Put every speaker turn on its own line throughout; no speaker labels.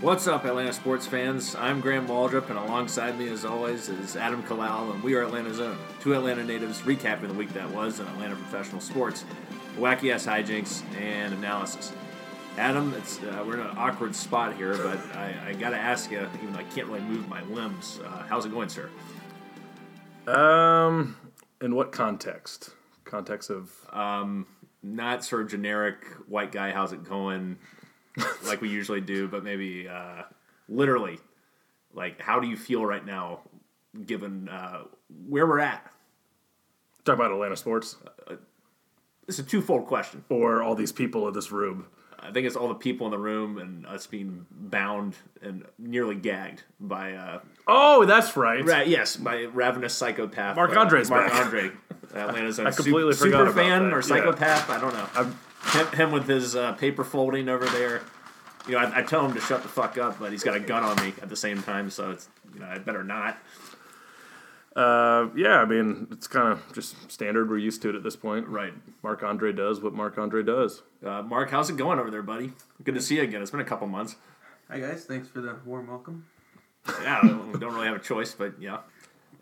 What's up, Atlanta sports fans? I'm Graham Waldrop, and alongside me, as always, is Adam Kalal, and we are Atlanta Zone, two Atlanta natives recapping the week that was in Atlanta professional sports, wacky ass hijinks, and analysis. Adam, it's, uh, we're in an awkward spot here, but I, I gotta ask you, even though I can't really move my limbs, uh, how's it going, sir?
Um, in what context? Context of
Not sort of generic white guy, how's it going, like we usually do, but maybe uh, literally, like, how do you feel right now, given uh, where we're at?
talk about Atlanta sports
It's a twofold question.
or all these people in this room.
I think it's all the people in the room and us being bound and nearly gagged by uh,
Oh, that's right.
ra- yes, by ravenous psychopath.
Marc
uh,
Andre's
Marc
back.
Andre, Atlanta's own
completely
sup-
forgot
super
about
fan
that,
or
yeah.
psychopath. I don't know. him, him with his uh, paper folding over there. You know, I, I tell him to shut the fuck up, but he's got a gun on me at the same time, so it's you know I better not.
Uh, yeah, I mean it's kind of just standard. We're used to it at this point.
Right,
Mark Andre does what Mark Andre does.
uh, Mark, how's it going over there, buddy? Good to see you again. It's been a couple months.
Hi guys, thanks for the warm welcome.
yeah, we don't really have a choice, but yeah.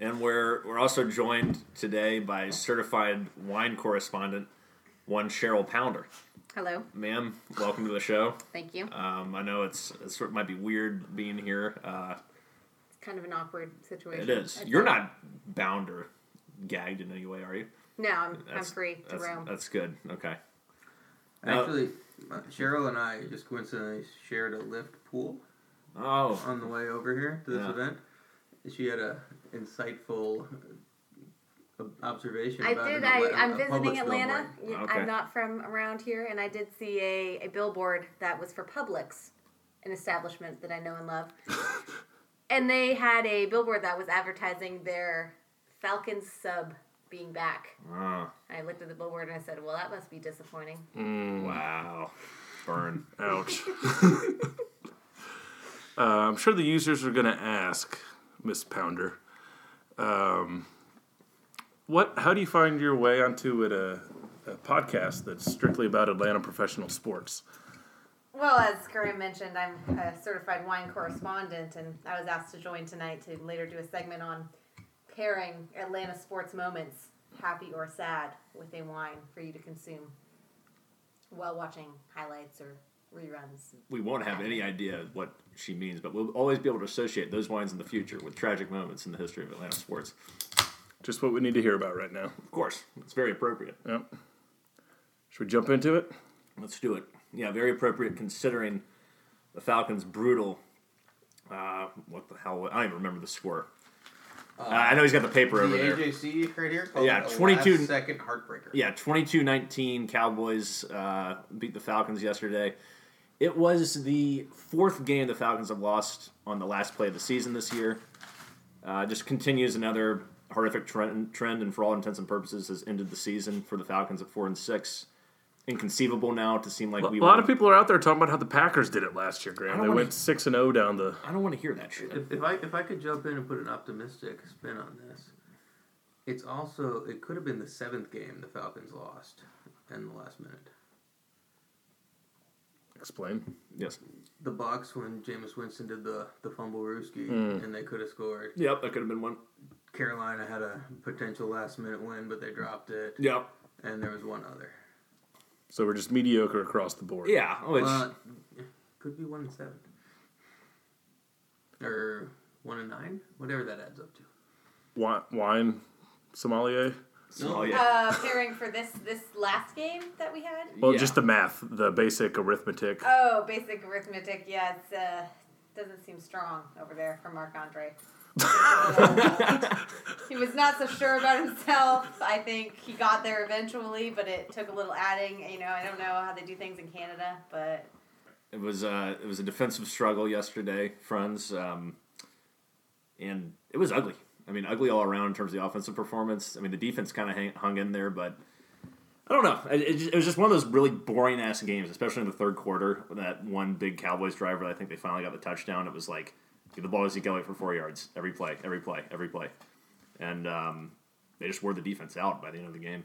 And we're we're also joined today by certified wine correspondent, one Cheryl Pounder.
Hello,
Ma'am, welcome to the show.
thank you.
Um, I know it's it sort of might be weird being here. Uh,
It's kind of an awkward situation.
it is.
I'd
You're
say.
not bound or gagged in any way, are you?
No, I'm, I'm
That's-
free to
that's,
roam.
That's good. Okay. No.
Actually, uh, Cheryl and I just coincidentally shared a lift pool
Oh,
on the way over here to this
Yeah.
event. She had a insightful uh, observation.
I
about
did.
an
I,
Atla-
I'm
a
visiting
Publix
Atlanta.
billboard.
You-
Okay.
I'm not from around here, and I did see a, a billboard that was for Publix, an establishment that I know and love. and they had a billboard that was advertising their Falcons sub being back.
Oh,
I looked at the billboard and I said, "Well, that must be disappointing."
wow. Burn.
Ouch. uh, I'm sure the users are going to ask Miss Pounder, um, what? How do you find your way onto it, a, a podcast that's strictly about Atlanta professional sports?
Well, as Graham mentioned, I'm a certified wine correspondent, and I was asked to join tonight to later do a segment on pairing Atlanta sports moments, happy or sad, with a wine for you to consume while watching highlights or reruns.
we won't have any idea what she means, but we'll always be able to associate those wines in the future with tragic moments in the history of Atlanta sports.
Just what we need to hear about right now.
Of course, it's very appropriate.
Yep. Should we jump into it?
Let's do it. Yeah, very appropriate considering the Falcons' brutal. Uh, what the hell? I don't even remember the score. Uh, I know he's got the paper over
The
there.
AJC right here. Called
Yeah,
it a
22
last second heartbreaker.
Yeah, 22 19 Cowboys uh, beat the Falcons yesterday. It was the fourth game the Falcons have lost on the last play of the season this year. Uh, just continues another horrific trend, trend, and for all intents and purposes, has ended the season for the Falcons at 4 and 6. Inconceivable now to seem like
A
we
lot
were-
of people are out there talking about how the Packers did it last year, Graham.
don't
They
wanna-
went six and zero down the.
I don't want to hear that shit.
If, if I if I could jump in and put an optimistic spin on this, it's also it could have been the seventh game the Falcons lost in the last minute.
Explain.
Yes.
The box when Jameis Winston did the the fumble rooski
Hmm.
and they could have scored.
Yep, that could have been one.
Carolina had a potential last minute win, but they dropped it.
Yep.
And there was one other.
So we're just mediocre across the board.
Yeah, Oh, which
Well, could be one and seven, or one and nine, whatever that adds up to.
Wi- Wine, sommelier.
oh, yeah.
Uh, pairing for this this last game that we had.
Well,
Yeah. Uh,
just the math, the basic arithmetic.
Oh, basic arithmetic. Yeah, it's uh, doesn't seem strong over there for Marc Andre. he was not so sure about himself. I think he got there eventually, but it took a little adding. You know, I don't know how they do things in Canada, but
It was uh, it was a defensive struggle yesterday, friends, um, and it was ugly. I mean, ugly all around in terms of the offensive performance. I mean, the defense kind of hung in there, but I don't know. It, it, just- it was just one of those really boring ass games, especially in the third quarter. That one big Cowboys driver, I think they finally got the touchdown. It was like the ball was going for four yards every play, every play, every play, and um, they just wore the defense out by the end of the game.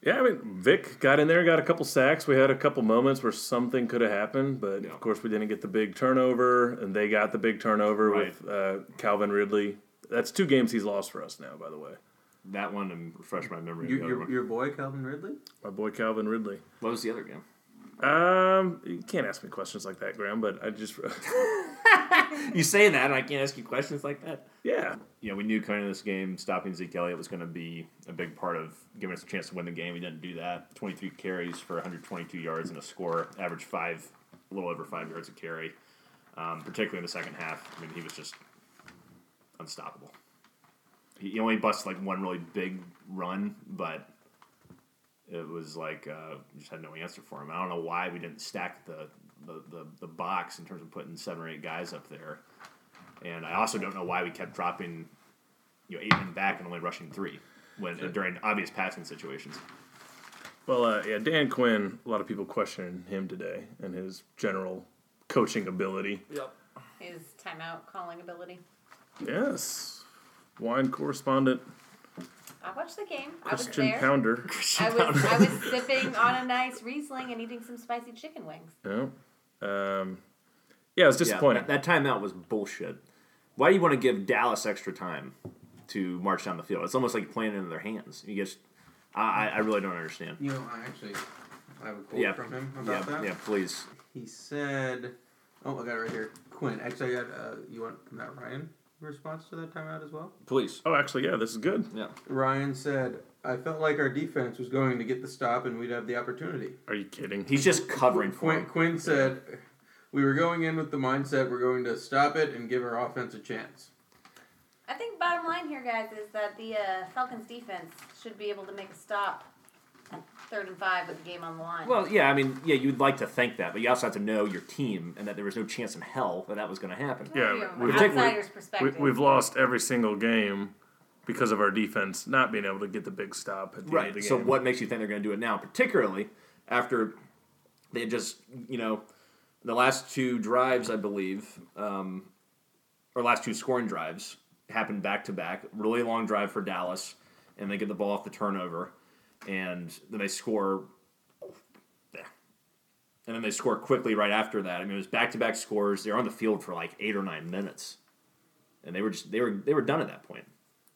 Yeah, I mean, Vic got in there, got a couple sacks. We had a couple moments where something could have happened, but
Yeah.
of course we didn't get the big turnover, and they got the big turnover with uh, Calvin Ridley. That's two games he's lost for us now, by the way.
That one and refresh my memory. of
Your,
the other
your,
one.
your boy Calvin Ridley.
My boy Calvin Ridley.
What was the other game?
Um, you can't ask me questions like that, Graham. But I just,
You say that, and I can't ask you questions like that.
yeah,
Yeah, we knew coming into this game, stopping Zeke Elliott was going to be a big part of giving us a chance to win the game. He didn't do that. 23 carries for 122 yards and a score, average five, a little over five yards a carry. Um, particularly in the second half, I mean, he was just unstoppable. He he only busts like one really big run, but it was like uh, we just had no answer for him. I don't know why we didn't stack the, the, the, the box in terms of putting seven or eight guys up there. And I also don't know why we kept dropping, you know, eight men back and only rushing three when during obvious passing situations.
Well, uh, yeah, Dan Quinn. A lot of people questioned him today and his general coaching ability.
His timeout calling ability.
Yes, wine correspondent
I watched the game.
Christian
I was there.
Pounder.
I was I was sipping on a nice Riesling and eating some spicy chicken wings.
Yeah. Um, yeah, I was disappointed.
that, that timeout was bullshit. Why do you want to give Dallas extra time to march down the field? It's almost like you're playing into their hands. You just, I, I- I really don't understand.
You know, I actually I have a quote
Yeah,
from him
yeah,
about that.
yeah. Please,
He said, "Oh, I got it right here." Quinn, actually, I got uh, you want Matt Ryan response to that timeout as well.
please.
oh, actually, yeah, this is good.
Yeah.
Ryan said, "I felt like our defense was going to get the stop, and we'd have the opportunity."
Are you kidding?
He's just covering for
Quinn,
him.
Quinn said, "We were going in with the mindset we're going to stop it and give our offense a chance."
I think bottom line here, guys, is that the uh, Falcons defense should be able to make a stop at third and five with the game on the line.
Well, yeah, I mean, yeah, you'd like to think that, but you also have to know your team and that there was no chance in hell that that was going to happen.
Yeah,
From an
we've-
outsider's
We,
perspective.
we've lost every single game because of our defense not being able to get the big stop at the end of the
Right.
game.
So what makes you think they're going to do it now, particularly after they had just, you know, the last two drives, I believe, um, or last two scoring drives happened back to back. Really long drive for Dallas, and they get the ball off the turnover, and then they score. And then they score quickly right after that. I mean, it was back to back scores. They're on the field for like eight or nine minutes, and they were just they were they were done at that point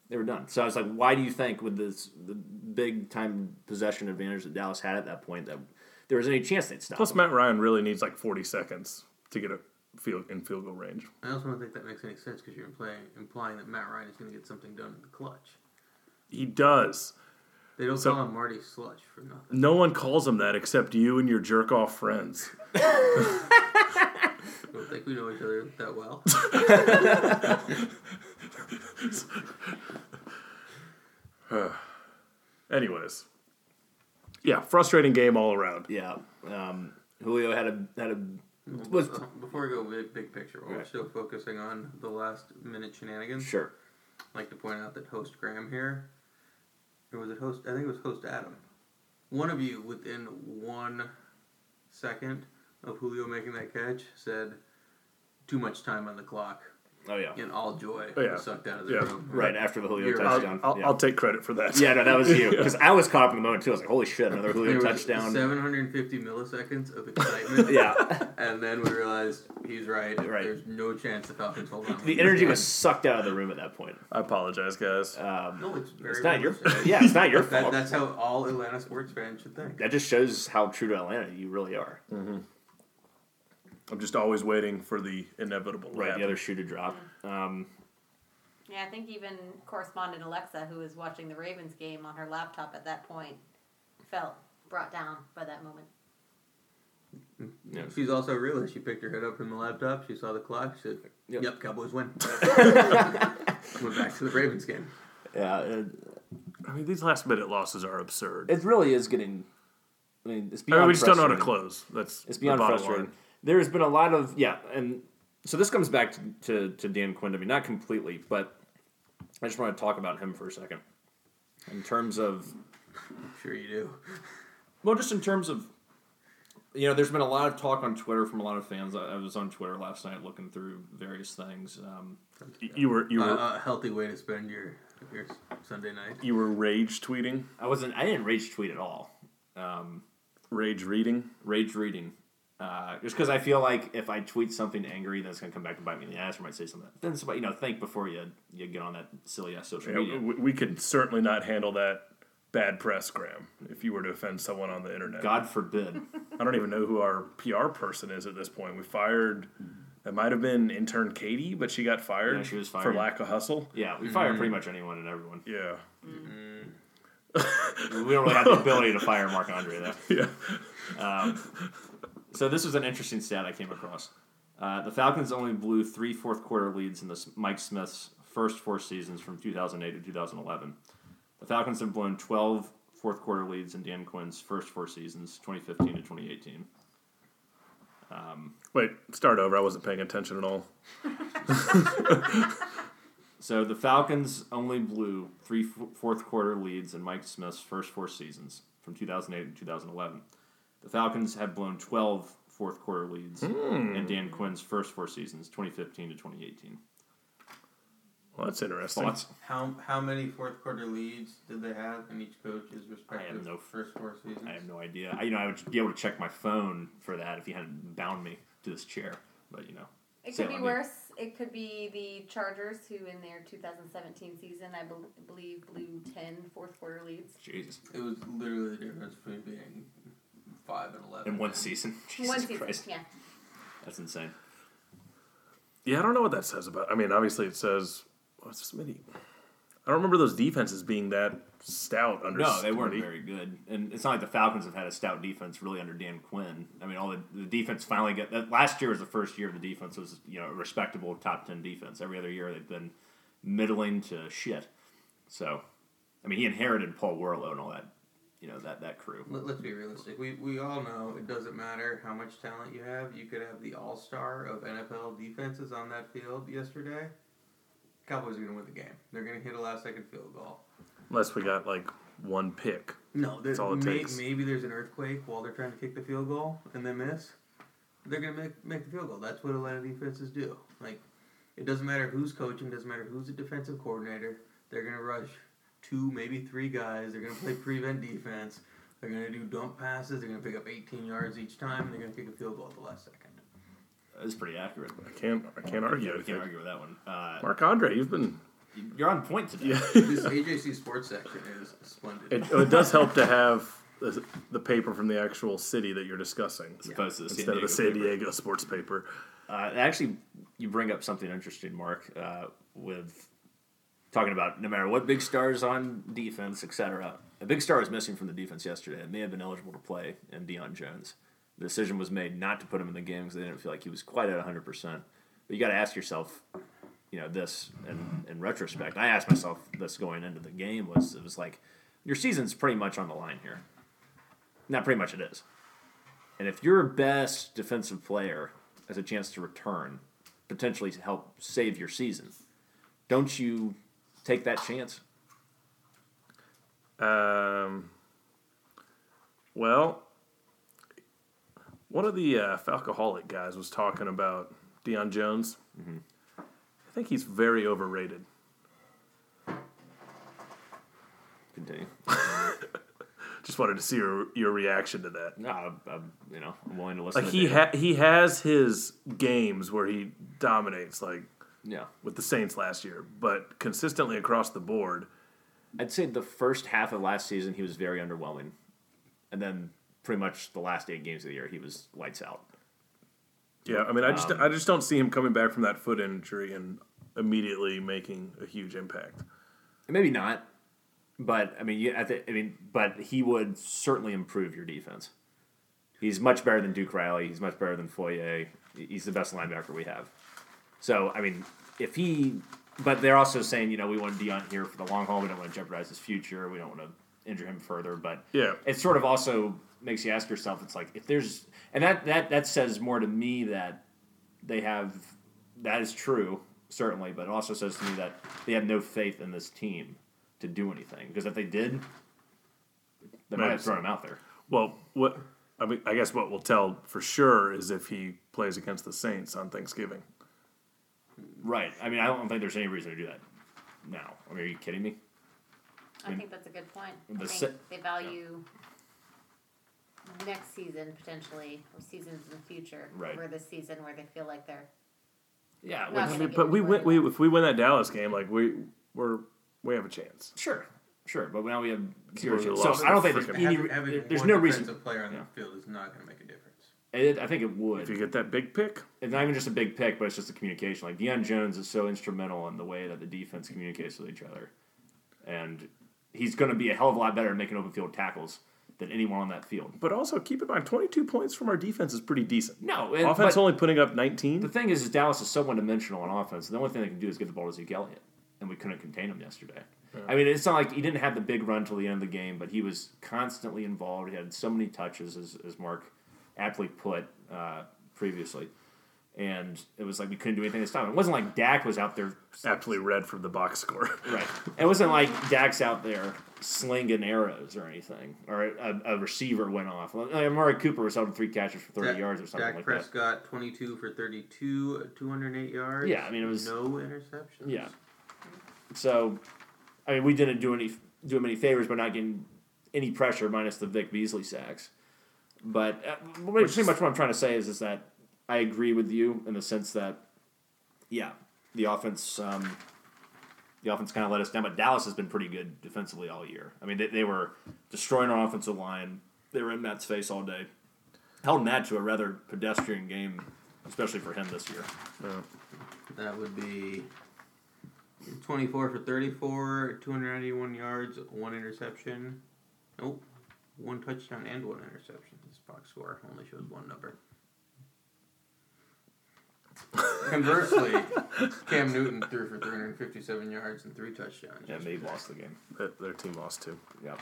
they were done. So I was like, why do you think with this the big time possession advantage that Dallas had at that point that there was any chance they'd stop?
Plus,
them?
Matt Ryan really needs like 40 seconds to get a field in field goal range.
I also don't think that makes any sense because you're implying, implying that Matt Ryan is going to get something done in the clutch.
He does.
They don't
So-
call him Marty Sludge for nothing.
No one calls him that except you and your jerk off friends.
I don't think we know each other that well.
Anyways, yeah, frustrating game all around.
yeah, um, Julio had a had a was
Uh, Before we go big, big picture, while we're
Right.
still focusing on the last minute shenanigans,
sure.
I'd like to point out that host Graham here, or was it host? I think it was host Adam. One of you within one second of Julio making that catch said, "Too much time on the clock."
Oh yeah,
In all joy,
Oh, yeah.
was sucked out of the
Yeah.
room.
right after the Julio
You're-
I'll,
touchdown.
I'll-
yeah.
I'll take credit for that.
yeah, no, that was you because I was caught up in the moment too. I was like, holy shit, another
There
Julio
was
touchdown.
750 milliseconds of excitement.
Yeah,
And then we realized he's right.
Right.
There's no chance the Falcons hold on.
the energy was sucked out of the room at that point.
I apologize, guys.
Um,
No, it's very
it's not your.
realistic.
Yeah, it's not your
That,
fault.
that's how all Atlanta sports fans should think.
That just shows how true to Atlanta you really are.
I'm just always waiting for the inevitable. to
Right,
happen.
the other shoe to drop. Um,
yeah, I think even correspondent Alexa, who was watching the Ravens game on her laptop at that point, felt brought down by that moment.
yeah.
She's also a realist. She picked her head up from the laptop. She saw the clock. She said,
Yep.
"Yep, Cowboys win." Went back to the Ravens game.
Yeah, it-
I mean, these last minute losses are absurd.
it really is getting. I mean, it's
I
beyond.
mean, we just don't know how to
frustrating.
close. That's
It's
the
beyond
bottom
frustrating.
line.
There's been a lot of yeah, and so this comes back to, to, to Dan Quinn. I mean, not completely, but I just want to talk about him for a second. In terms of
Sure you do.
well, just in terms of you know, there's been a lot of talk on Twitter from a lot of fans. I, I was on Twitter last night looking through various things. Um,
You were you
Uh,
Uh-huh.
were
a healthy way to spend your of your s- Sunday night.
You were rage tweeting,
I wasn't. I didn't rage tweet at all. Um,
rage reading.
rage reading. Uh, just because I feel like if I tweet something angry, that's gonna come back and bite me in the ass, or might say something. Then somebody, you know, think before you you get on that silly ass social
Yeah,
media.
we, we could certainly not handle that bad press, Graham. If you were to offend someone on the internet,
God forbid.
I don't even know who our PR person is at this point. We fired. It might have been intern Katie, but she got fired,
Yeah, she was
for
fired.
lack of hustle.
yeah, we fire pretty much anyone and everyone.
Yeah,
We don't really have the ability to fire Mark Andre though. Um,
yeah.
So this was an interesting stat I came across. Uh, the Falcons only blew three fourth quarter leads in the S- Mike Smith's first four seasons from 2008 to 2011. The Falcons have blown 12 fourth quarter leads in Dan Quinn's first four seasons, 2015 to 2018.
Wait, start over. I wasn't paying attention at all.
So the Falcons only blew three f- fourth quarter leads in Mike Smith's first four seasons from 2008 to 2011. The Falcons have blown 12 fourth quarter leads in Dan Quinn's first four seasons, 2015 to 2018.
Well, that's interesting.
Thoughts?
How how many fourth quarter leads did they have in each coach's respective
no f-
first four seasons?
I have no idea. I, you know, I would be able to check my phone for that if he hadn't bound me to this chair. But you know,
It
Say
could
it
be
on me.
worse. It could be the Chargers, who in their 2017 season, I bel believe, blew 10 fourth quarter leads.
Jesus,
It was literally the difference between being five and eleven.
in one season, Jesus
One season,
Christ,
yeah.
that's insane.
Yeah, I don't know what that says about. I mean, obviously it says what's Smitty. I don't remember those defenses being that stout under.
No, they weren't e-
Smitty.
very good, and it's not like the Falcons have had a stout defense really under Dan Quinn. I mean, all the, the defense finally got that last year was the first year the defense was you know a respectable top ten defense. Every other year they've been middling to shit. So, I mean, he inherited Paul Warlow and all that, you know that that crew.
Let, let's be realistic. We, we all know it doesn't matter how much talent you have. You could have the all star of NFL defenses on that field yesterday. Cowboys are going to win the game. They're going to hit a last second field goal.
Unless we got like one pick.
No, there's
all it
may,
takes.
maybe there's an earthquake while they're trying to kick the field goal and they miss. They're going to make, make the field goal. That's what Atlanta defenses do. Like, it doesn't matter who's coaching, doesn't matter who's the defensive coordinator. They're going to rush two, maybe three guys. They're going to play prevent defense. They're going to do dump passes. They're going to pick up 18 yards each time, and they're going to kick a field goal at the last second.
It's pretty accurate.
I can't. I can't argue. I
I can't
think.
argue with that one. Uh,
Mark Andre, you've been.
you're on point today.
Yeah.
This AJC sports section is splendid.
It, it does help to have the, the paper from the actual city that you're discussing
as opposed to the
instead of the San
San Diego. paper.
Diego sports paper.
Uh, actually, you bring up something interesting, Mark, uh, with talking about no matter what big star is on defense, etc. A big star was missing from the defense yesterday. It may have been eligible to play, and Deion Jones. The decision was made not to put him in the game because they didn't feel like he was quite at 100. percent But you got to ask yourself, you know, this in, in retrospect. I asked myself this going into the game was it was like your season's pretty much on the line here. Not pretty much it is. And if your best defensive player has a chance to return, potentially to help save your season, don't you take that chance?
Um, well, one of the uh, Falcoholic guys was talking about Deion Jones.
Mm-hmm.
I think he's very overrated.
Continue.
Just wanted to see your, your reaction to that.
No, I'm, I'm, you know, I'm willing to listen.
Like
to
he
Dave.
ha- he has his games where he dominates, like
yeah.
with the Saints last year, but consistently across the board,
I'd say the first half of last season he was very underwhelming, and then pretty much the last eight games of the year he was lights out.
Yeah, I mean, I
Um,
just I just don't see him coming back from that foot injury and immediately making a huge impact.
Maybe not, but I mean, you, I, th- I mean, but he would certainly improve your defense. He's much better than Duke Riley. He's much better than Foyer. He's the best linebacker we have. So I mean, if he, but they're also saying, you know, we want Dion here for the long haul. We don't want to jeopardize his future. We don't want to injure him further. But
Yeah.
it sort of also makes you ask yourself. It's like if there's, and that that that says more to me that they have that is true certainly but it also says to me that they have no faith in this team to do anything because if they did they might have thrown him out there
Well, what I mean, I guess what we'll tell for sure is if he plays against the Saints on Thanksgiving.
right i mean i don't think there's any reason to do that now. I mean, are you kidding me?
I think that's a good point. I
The
think
se-
they value next season potentially, or seasons in the future,
Right.
over this season where they feel like they're.
Yeah,
Not
which-
I
gonna
mean,
get
but we
anywhere
win. We, if we win that Dallas game, like we we're we have a chance.
sure, sure. But now we have zero.
People
chance.
lost
So I don't
their
think there's
freaking-
any.
having, having
there's
one
no
defensive
reason.
player on
Yeah.
the field is not going to make a difference.
It, I think it would.
If you get that big pick,
it's not even just a big pick, but it's just the communication. Like Deion Jones is so instrumental in the way that the defense communicates with each other, and he's going to be a hell of a lot better at making open field tackles than anyone on that field.
but also keep in mind, twenty-two points from our defense is pretty decent.
No, and,
Offense
but
only putting up
the
nineteen.
thing is, is Dallas is so one dimensional on offense. The only thing they can do is get the ball to Zeke Elliott, and we couldn't contain him yesterday. I mean, it's not like he didn't have the big run till the end of the game, but he was constantly involved. He had so many touches, as, as Mark aptly put uh, previously. And it was like we couldn't do anything to stop him. It wasn't like Dak was out there
Aptly read from the box score.
Right. It wasn't like Dak's out there slinging arrows or anything, or a, a receiver went off. Like, Amari Cooper was out on three catches for 30
Dak-
yards or something
Dak
like that.
Prescott, 22 for 32, 208 yards.
Yeah, I mean, it was-
no interceptions.
Yeah. So, I mean, we didn't do any do him any favors by not getting any pressure, minus the Vic Beasley sacks. But uh, pretty
is-
much what I'm trying to say is is that I agree with you in the sense that, yeah, the offense. Um, the offense kind of let us down, but Dallas has been pretty good defensively all year. I mean, they, they were destroying our offensive line. They were in Matt's face all day. Held Matt to a rather pedestrian game, especially for him this year.
Yeah.
That would be 24 for 34, 291 yards, one interception. Nope. One touchdown and one interception. This box score only shows one number. Conversely, Cam Newton threw for 357 yards and three touchdowns.
And they lost the game.
Their- Their team lost too,
Yeah.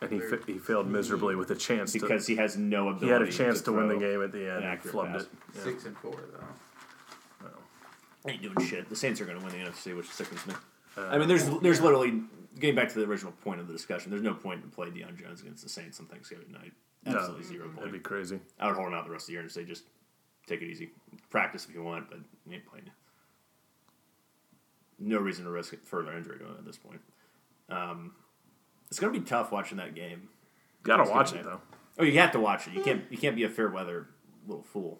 and he fa- he failed miserably with a chance to.
because he has no ability.
he had a chance to, win the
throw.
game at the end and
accurate
flubbed
pass.
it.
Six and four, though.
Ain't doing shit. The Saints are going to win the NFC, which sickens me.
Uh,
I mean, there's there's literally getting back to the original point of the discussion. There's no point to play Deion Jones against the Saints on Thanksgiving night.
No.
Absolutely zero
That'd
point.
be crazy.
I would hold him out the rest of the year and say just take it easy, practice if you want, but you ain't playing. No reason to risk further injury to him at this point. Um, it's going to be tough watching that game.
Gotta
Let's
watch
do
it
that.
though.
Oh, you have to watch it. You can't you can't be a fair weather little fool.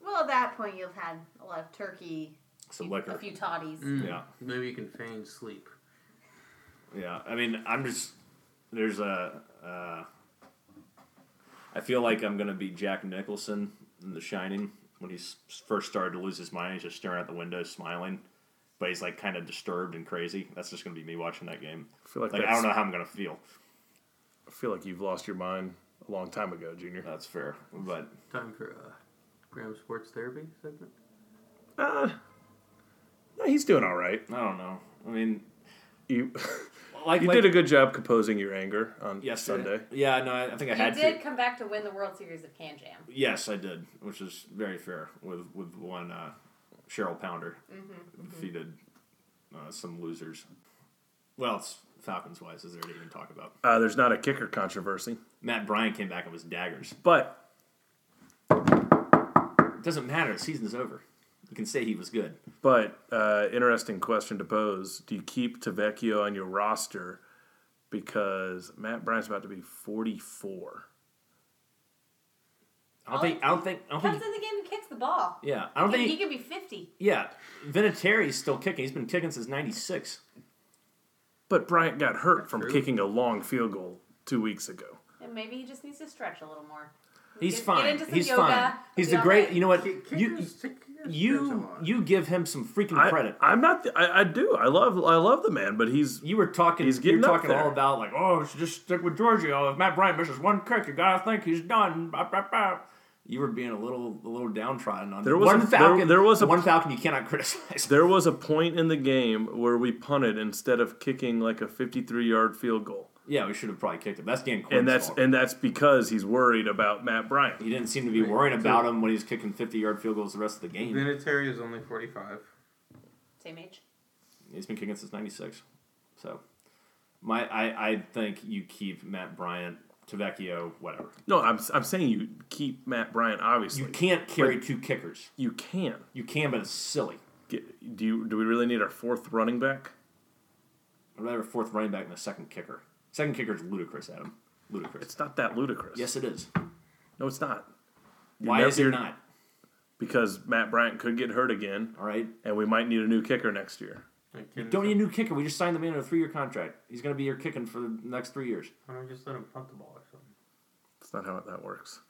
Well, at that point, you've had a lot of turkey,
Some
a
liquor. Mm.
few toddies.
Yeah.
Maybe you can feign sleep.
Yeah, I mean, I'm just there's a. Uh, I feel like I'm gonna be Jack Nicholson in The Shining when he s- first started to lose his mind. He's just staring out the window, smiling, but he's like kind of disturbed and crazy. That's just gonna be me watching that game.
I feel like,
Like I
that's-
don't know how I'm gonna feel.
I feel like you've lost your mind a long time ago, Junior.
That's fair, but
Time for uh, Graham Sports Therapy segment.
Uh, no, he's doing all right.
I don't know. I mean,
You
like
you
like,
did a good job composing your anger on
yesterday.
Sunday.
Yeah, no, I, I think I
You
had
did
to.
come back to win the World Series of Can Jam.
Yes, I did, which is very fair with with one uh, Cheryl Pounder
Mm-hmm,
defeated uh, some losers. Well, it's Falcons wise, is there to even talk about?
Uh, there's not a kicker controversy,
Matt Bryan came back and was daggers.
but
It doesn't matter. The season's over. You can say he was good.
but uh, interesting question to pose. Do you keep Tavecchio on your roster because Matt Bryant's about to be 44?
I don't think. I don't think. I don't
Comes
think.
in the game and kicks the ball.
Yeah, I don't
He, he
think.
could be 50.
Yeah, Vinatieri's still kicking. He's been kicking since '96.
But Bryant got hurt from
True.
kicking a long field goal two weeks ago.
And maybe he just needs to stretch a little more.
He's
Get- get
fine.
into some
He's
yoga.
fine. He's
Be
the
all
great.
right.
You know what?
Kickers-
You
kickers stretch a
you
lot.
you give him some freaking
I,
credit.
I'm not. The, I, I do. I love. I love the man, but he's
You were talking.
He's
you
getting
were
up
talking
there.
all about like, oh, we should just stick with Giorgio. If Matt Bryant misses one kick, you gotta think he's done. Bah, bah, bah. You were being a little, a little downtrodden on
There was
one
a- there-
Falcon.
there was a-
one Falcon you cannot criticize.
There was a point in the game where we punted instead of kicking like a 53 yard field goal.
yeah, we should have probably kicked him. That's Dan Quinn's
And that's
fault.
and that's because he's worried about Matt Bryant.
he didn't seem to be worrying about him when he was kicking fifty-yard field goals the rest of the game.
Vinatieri is only 45.
Same age.
He's been kicking since '96. So, my, I, I think you keep Matt Bryant, Tavecchio, whatever.
No, I'm, I'm saying you keep Matt Bryant obviously.
You can't carry two kickers.
You can.
You can, but it's silly.
Get, do you do we really need our fourth running back?
I'd rather a fourth running back than a second kicker. Second kicker is ludicrous, Adam. Ludicrous.
It's not that ludicrous.
Yes, it is.
No, it's not.
Why
never-
is it
you're-
not?
Because Matt Bryant could get hurt again,
All right.
and we might need a new kicker next year.
Like, can-
Don't need a new kicker. We just signed the man on a three-year contract. He's going to be here kicking for the next three years.
Why don't I just let him punt the ball or something?
That's not how that works.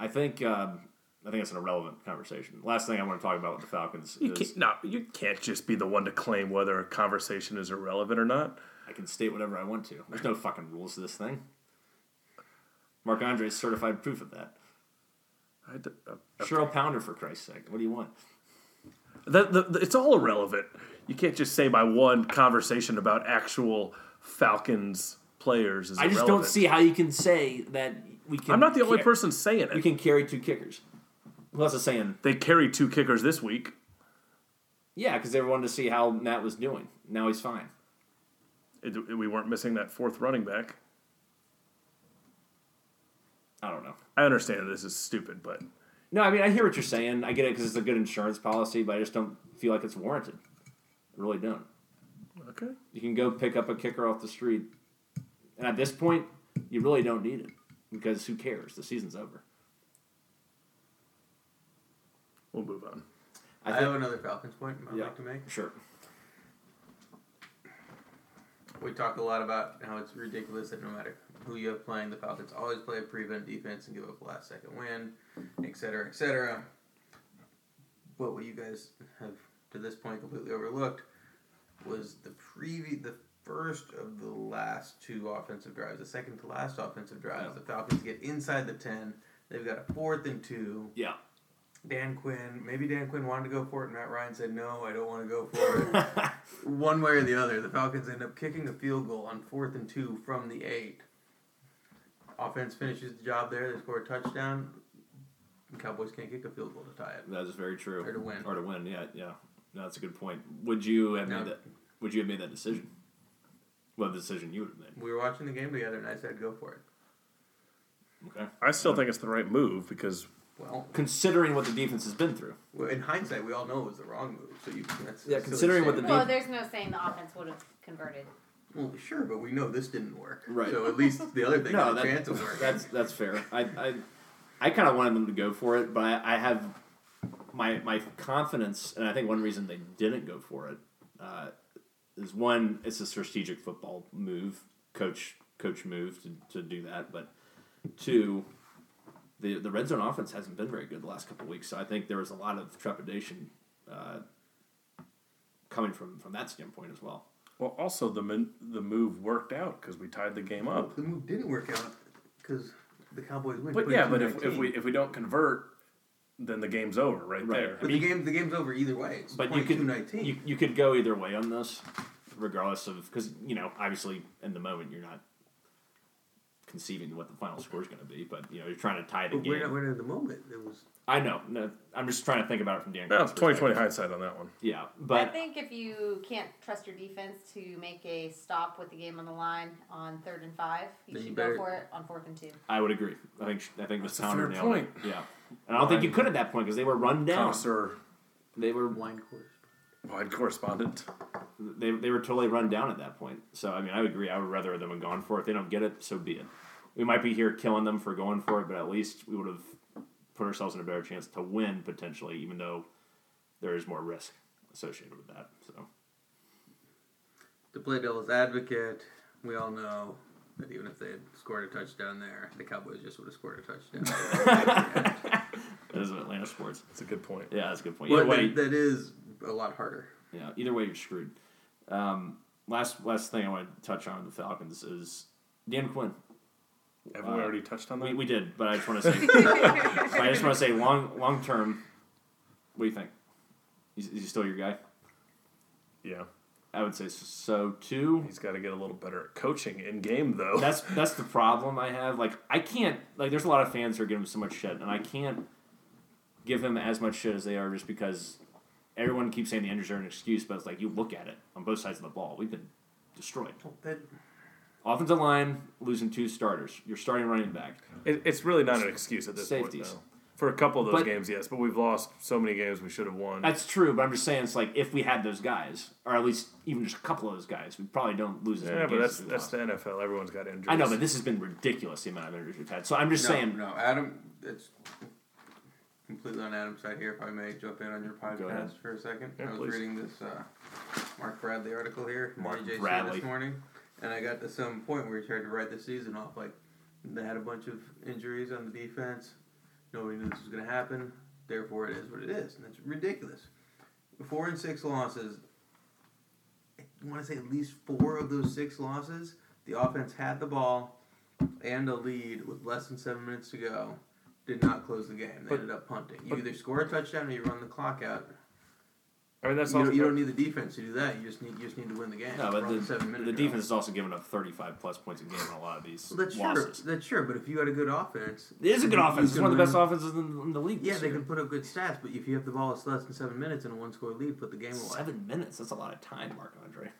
I think. Um, I think that's an irrelevant conversation. Last thing I want to talk about with the Falcons
You
is
can't, no, you can't just be the one to claim whether a conversation is irrelevant or not.
I can state whatever I want to. There's no fucking rules to this thing. Mark Andre's certified proof of that.
I d- uh,
Cheryl Pounder, for Christ's sake. What do you want?
that- the- the- it's all irrelevant. You can't just say by one conversation about actual Falcons players is
I just
irrelevant.
don't see how you can say that we can.
I'm not the only
ca-
person saying
We
it.
can carry two kickers. Who else is saying?
They carry two kickers this week.
Yeah, because they wanted to see how Matt was doing. Now he's fine.
It- we weren't missing that fourth running back.
I don't know.
I understand this is stupid, but
No, I mean I hear what you're saying. I get it because it's a good insurance policy, but I just don't feel like it's warranted. I really don't.
okay.
You can go pick up a kicker off the street, and at this point, you really don't need it because who cares? The season's over.
We'll move on.
I
I,
think.
have another Falcons point I'd
Yeah.
like to make.
Sure.
We talk a lot about how it's ridiculous that no matter who you have playing, the Falcons always play a prevent defense and give up a last second win, et cetera, et cetera. But what you guys have to this point completely overlooked was the previ- the first of the last two offensive drives, the second to last offensive drives.
Yeah.
The Falcons get inside the ten. They've got a fourth and two.
Yeah.
Dan Quinn, maybe Dan Quinn wanted to go for it, and Matt Ryan said, "No, I don't want to go for it." One way or the other, the Falcons end up kicking a field goal on fourth and two from the eight. Offense finishes the job there. They score a touchdown. The Cowboys can't kick a field goal to tie it.
That is very true.
Or to win.
Or to win. Yeah, yeah. No, that's a good point. Would you have
No.
made that? Would you have made that decision? Well, the decision you would have made.
We were watching the game together, and I said, "Go for it."
Okay.
I still think it's the right move because
Well,
Considering what the defense has been through.
well, in hindsight, we all know it was the wrong move. So you that's
Yeah,
a silly
considering what the
statement.
Well, there's no saying the offense would have converted.
well, sure, but we know this didn't work.
Right.
So at least the other thing had
No,
a
that,
chance of working.
that's that's fair. I I, I kind of wanted them to go for it, but I, I have my my confidence, and I think one reason they didn't go for it uh, is one, it's a strategic football move, coach coach move to, to do that, but two, the the red zone offense hasn't been very good the last couple weeks, so I think there was a lot of trepidation. Uh, coming from from that standpoint as well
well, also the min- the move worked out because we tied the game up.
the move didn't work out because the Cowboys win.
But yeah, but if,
22-19.
if we if we don't convert, then the game's over right,
Right.
there.
I
But the game, the game's over either way. It's
but you could
22-19.
you, you could go either way on this, regardless of because you know obviously in the moment you're not conceiving what the final score is going to be, but you know you're trying to tie the
But we're not
game.
we're not in the moment. It was
I know. No, I'm just trying to think about it from Dan.
Well,
Quinn's
it's 2020
perspective.
hindsight on that one.
Yeah,
I
but
think if you can't trust your defense to make a stop with the game on the line on third and five, you
Then you
should
better-
go for it on fourth and two.
I would agree. I think I think Miss
That's a
Pounder
fair
nailed it.
point.
Yeah, and I don't think you could at that point because they were run down.
Connoisseur,
They were
wine course.
wide correspondent.
they, they were totally run down at that point. So I mean, I would agree. I would rather them have gone for it. If they don't get it, so be it. We might be here killing them for going for it, but at least we would have put ourselves in a better chance to win potentially, even though there is more risk associated with that. So
To play devil's advocate, we all know that even if they had scored a touchdown there, the Cowboys just would have scored a touchdown.
that is Atlanta sports.
That's a good point.
Yeah, that's a good point. Either
but
way,
that, that is a lot harder.
yeah, either way, you're screwed. Um, last last thing I want to touch on with the Falcons is Dan Quinn.
Haven't
Uh,
we already touched on that?
We, we did, but I just want to say, but I just want to say, long long term, what do you think? Is, is he still your guy?
yeah,
I would say so too.
he's got to get a little better at coaching in game though.
That's that's the problem I have. Like I can't like there's a lot of fans who are giving him so much shit, and I can't give him as much shit as they are just because everyone keeps saying the injuries are an excuse, but it's like you look at it on both sides of the ball. We've been destroyed.
That,
Offensive line losing two starters. You're starting running back.
it, it's really not an excuse at this
Safeties.
point For a couple of those
But-
games, yes, but we've lost so many games we should have won.
That's true, but I'm just saying it's like if we had those guys, or at least even just a couple of those guys, we probably don't lose as many
yeah, but
games.
that's
as we
that's
lost.
the NFL. Everyone's got injuries.
I know, but this has been ridiculous the amount of injuries we've had. So I'm just
no,
saying.
no, Adam. It's completely on Adam's side here. If I may jump in on your
ahead.
podcast for a second,
Yeah,
I was
please.
reading this uh, Mark Bradley article here, from
Mark
AJC
Bradley.
this morning, and I got to some point where he tried to write the season off. Like they had a bunch of injuries on the defense. Nobody knew this was going to happen. Therefore, it is what it is, and it's ridiculous. Four and six losses. I want to say at least four of those six losses, the offense had the ball and a lead with less than seven minutes to go, did not close the game. They
But-
ended up punting. You
but-
either score a touchdown or you run the clock out.
I mean, that's
You
also
don't, you don't need the defense to do that. You just need you just need to win the game.
No, but
Run
the,
seven minute
the
drill.
defense is also giving up 35 plus points a game in a lot of these
Well, that's
losses.
sure. That's sure. But if you had a good offense,
It is a good
you- you
offense. It's
can
one of the best
win.
offenses in, in the league.
Yeah,
this
they
year.
can put up good stats, but if you have the ball, it's less than seven minutes and a one score lead. Put the game away.
Seven minutes. That's a lot of time, Mark Andre.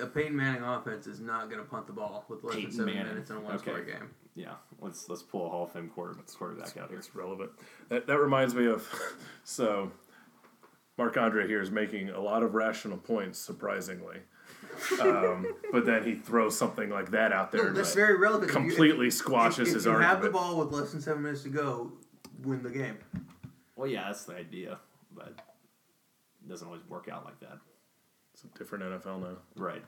A Peyton Manning offense is not going to punt the ball with less
Peyton
than seven
Manning.
minutes and a one score
Okay.
game.
Yeah, let's let's pull a Hall of Fame quarter, quarterback out here.
It's relevant. That, that reminds me of so Marc Andre here is making a lot of rational points, surprisingly. Um, but then he throws something like that out there
No,
and
that's
just
very relevant. If you- if-
completely squashes
if,
his
if you
argument.
have the ball with less than seven minutes to go, win the game.
Well, yeah, that's the idea, but it doesn't always work out like that,
It's a different NFL now.
right?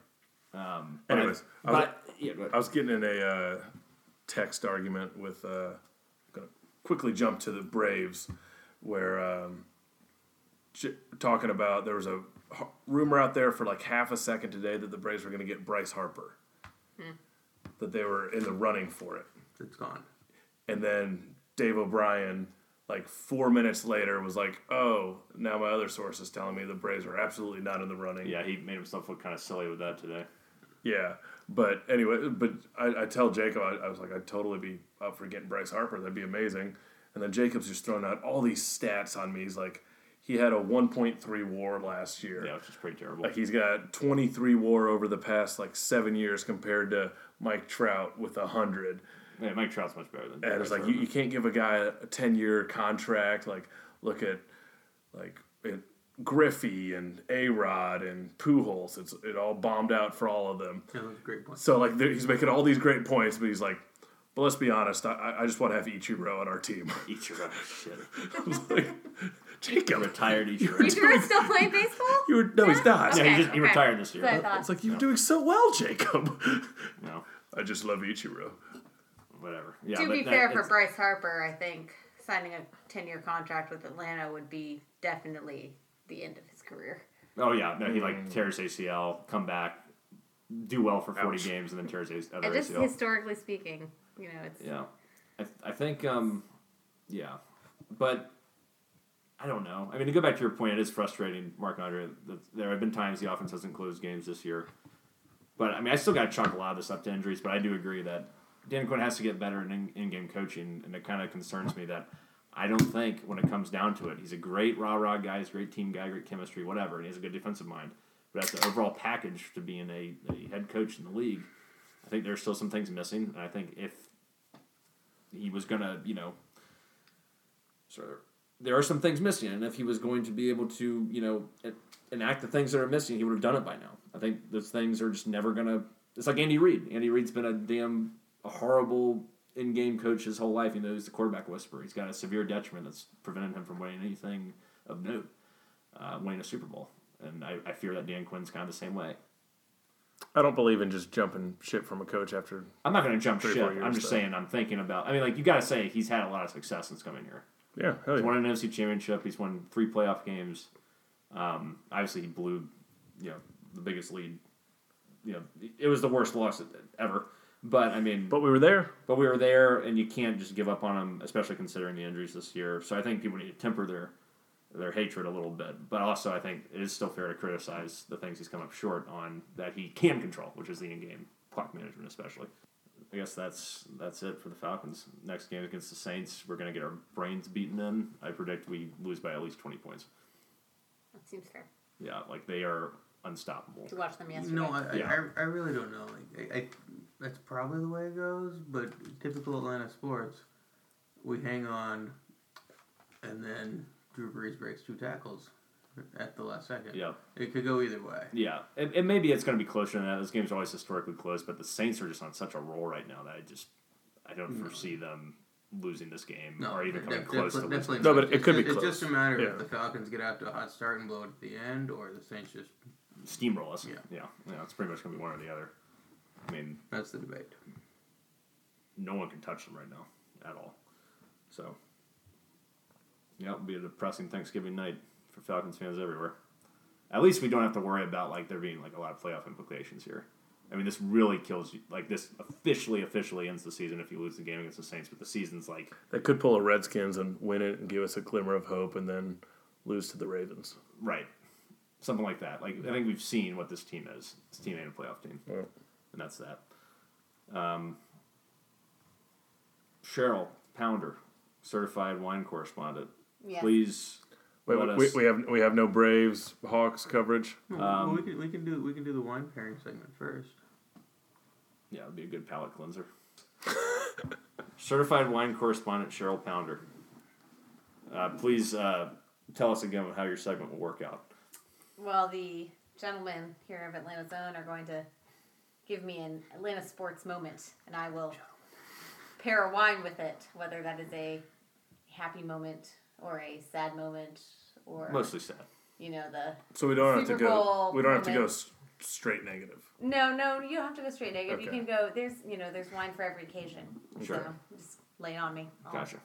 Um,
Anyways, I
but,
was-
but- yeah, go ahead.
I was getting in a uh, text argument with. Uh, I'm gonna quickly jump to the Braves, where um, j- talking about there was a h- rumor out there for like half a second today that the Braves were going to get Bryce Harper, that they were in the running for it,
It's gone.
and then Dave O'Brien. Like four minutes later, was like, "Oh, now my other source is telling me the Braves are absolutely not in the running."
yeah, he made himself look kind of silly with that today.
Yeah, but anyway, but I, I tell Jacob, I, I was like, I'd totally be up for getting Bryce Harper. That'd be amazing. And then Jacob's just throwing out all these stats on me. He's like, he had a 1.3 WAR last year.
Yeah, which is pretty terrible.
Like he's got 23 WAR over the past like seven years compared to Mike Trout with a hundred.
yeah, Mike Trout's much better than.
And it's like you, you can't give a guy a 10 year contract. Like look at like it, Griffey and A Rod and Pujols. It's it all bombed out for all of them.
Yeah, that's a great point.
So like there- he's making all these great points, but he's like, but let's be honest, I- I, I just want to have Ichiro on our team.
eat your own shit.
I was like, Jacob,
Retired eat your. own-
You sure still playing baseball?
you were no, he's not.
Yeah,
Okay,
he, just, he
okay.
retired this year.
That's what I
It's
thought.
like you're doing so well, Jacob.
No,
I just love Ichiro.
whatever. Yeah,
to
but
be
that-
fair, for
it's-
Bryce Harper, I think signing a 10 year contract with Atlanta would be definitely the end of his career.
Oh yeah, no, he
Mm.
like tears ACL, come back, do well for forty
Ouch.
games, and then tears AC- other
And just
ACL.
historically speaking, you know, it's.
yeah, I, th- I think um, yeah, but I don't know. I mean, to go back to your point, it is frustrating, Mark Andre. That there have been times the offense hasn't closed games this year, but I mean, I still got to chalk a lot of this up to injuries. But I do agree that Dan Quinn has to get better in in- in-game coaching, and it kind of concerns me that. I don't think when it comes down to it, he's a great rah rah guy, he's a great team guy, great chemistry, whatever, and he has a good defensive mind. But as the overall package to being a, a head coach in the league, I think there's still some things missing. And I think if he was gonna, you know, sort of, there are some things missing, and if he was going to be able to, you know, en- enact the things that are missing, he would have done it by now. I think those things are just never gonna. It's like Andy Reid. Andy Reid's been a damn horrible in-game coach his whole life. You know, he's the quarterback whisperer. He's got a severe detriment that's prevented him from winning anything of note, uh, winning a Super Bowl. And I, I fear that Dan Quinn's kind of the same way.
I don't believe in just jumping shit from a coach after.
I'm not going to jump
Three,
ship.
four
I'm
years,
just
though.
saying I'm thinking about. I mean, like you got to say he's had a lot of success since coming here.
Yeah, hell
He's
Oh, yeah.
won an NFC championship. He's won three playoff games. Um, obviously, he blew, you know, the biggest lead. You know, it was the worst loss ever. But I mean,
But we were there.
but we were there, and you can't just give up on him, especially considering the injuries this year. So I think people need to temper their their hatred a little bit. But also, I think it is still fair to criticize the things he's come up short on that he can control, which is the in-game clock management, especially. I guess that's that's it for the Falcons. Next game against the Saints, we're gonna get our brains beaten in. I predict we lose by at least twenty points.
That seems fair.
Yeah, like they are unstoppable.
To watch them yesterday.
No, I, I-
Yeah.
I, I really don't know. Like, I, I, that's probably the way it goes, but typical Atlanta sports, we hang on and then Drew Brees breaks two tackles at the last second.
Yeah.
It could go either way.
Yeah, and, and maybe it's going to be closer than that. Those games are always historically close, but the Saints are just on such a roll right now that I just I don't foresee them losing this game
No,
or even
de-
coming
de-
close
de-
to
definitely
losing.
No,
not.
but it
It's
could be
ju- It's just a
close.
matter
Yeah.
if the Falcons get out to a hot start and blow it at the end, or the Saints just.
steamroll us. Yeah,
Yeah.
yeah, It's pretty much going to be one or the other. I mean,
That's the debate.
no one can touch them right now at all. So, yeah, it'll be a depressing Thanksgiving night for Falcons fans everywhere. At least we don't have to worry about like there being like a lot of playoff implications here. I mean, this really kills you. Like this officially, officially ends the season if you lose the game against the Saints. But the season's like
They could pull a Redskins and win it and give us a glimmer of hope and then lose to the Ravens.
right, something like that. Like I think we've seen what this team is. This team ain't a playoff team. and that's that. Um, Cheryl Pounder, certified wine correspondent.
Yes.
Please,
Wait,
Let
we,
us-
we have we have no Braves Hawks coverage.
Hmm.
Um,
well, we can we can do we can do the wine pairing segment first.
yeah, it'd be a good palate cleanser. certified wine correspondent Cheryl Pounder. Uh, please uh, tell us again how your segment will work out.
Well, the gentlemen here of Atlanta Zone are going to give me an Atlanta sports moment, and I will pair a wine with it, whether that is a happy moment or a sad moment or
Mostly sad.
you know the
So we don't have
Super
to go.
Bowl
we don't have to go
moment.
s- straight negative.
no no you don't have to go straight negative you
Okay.
can go there's you know there's wine for every occasion
Sure.
so just lay it on me I'll-
Gotcha.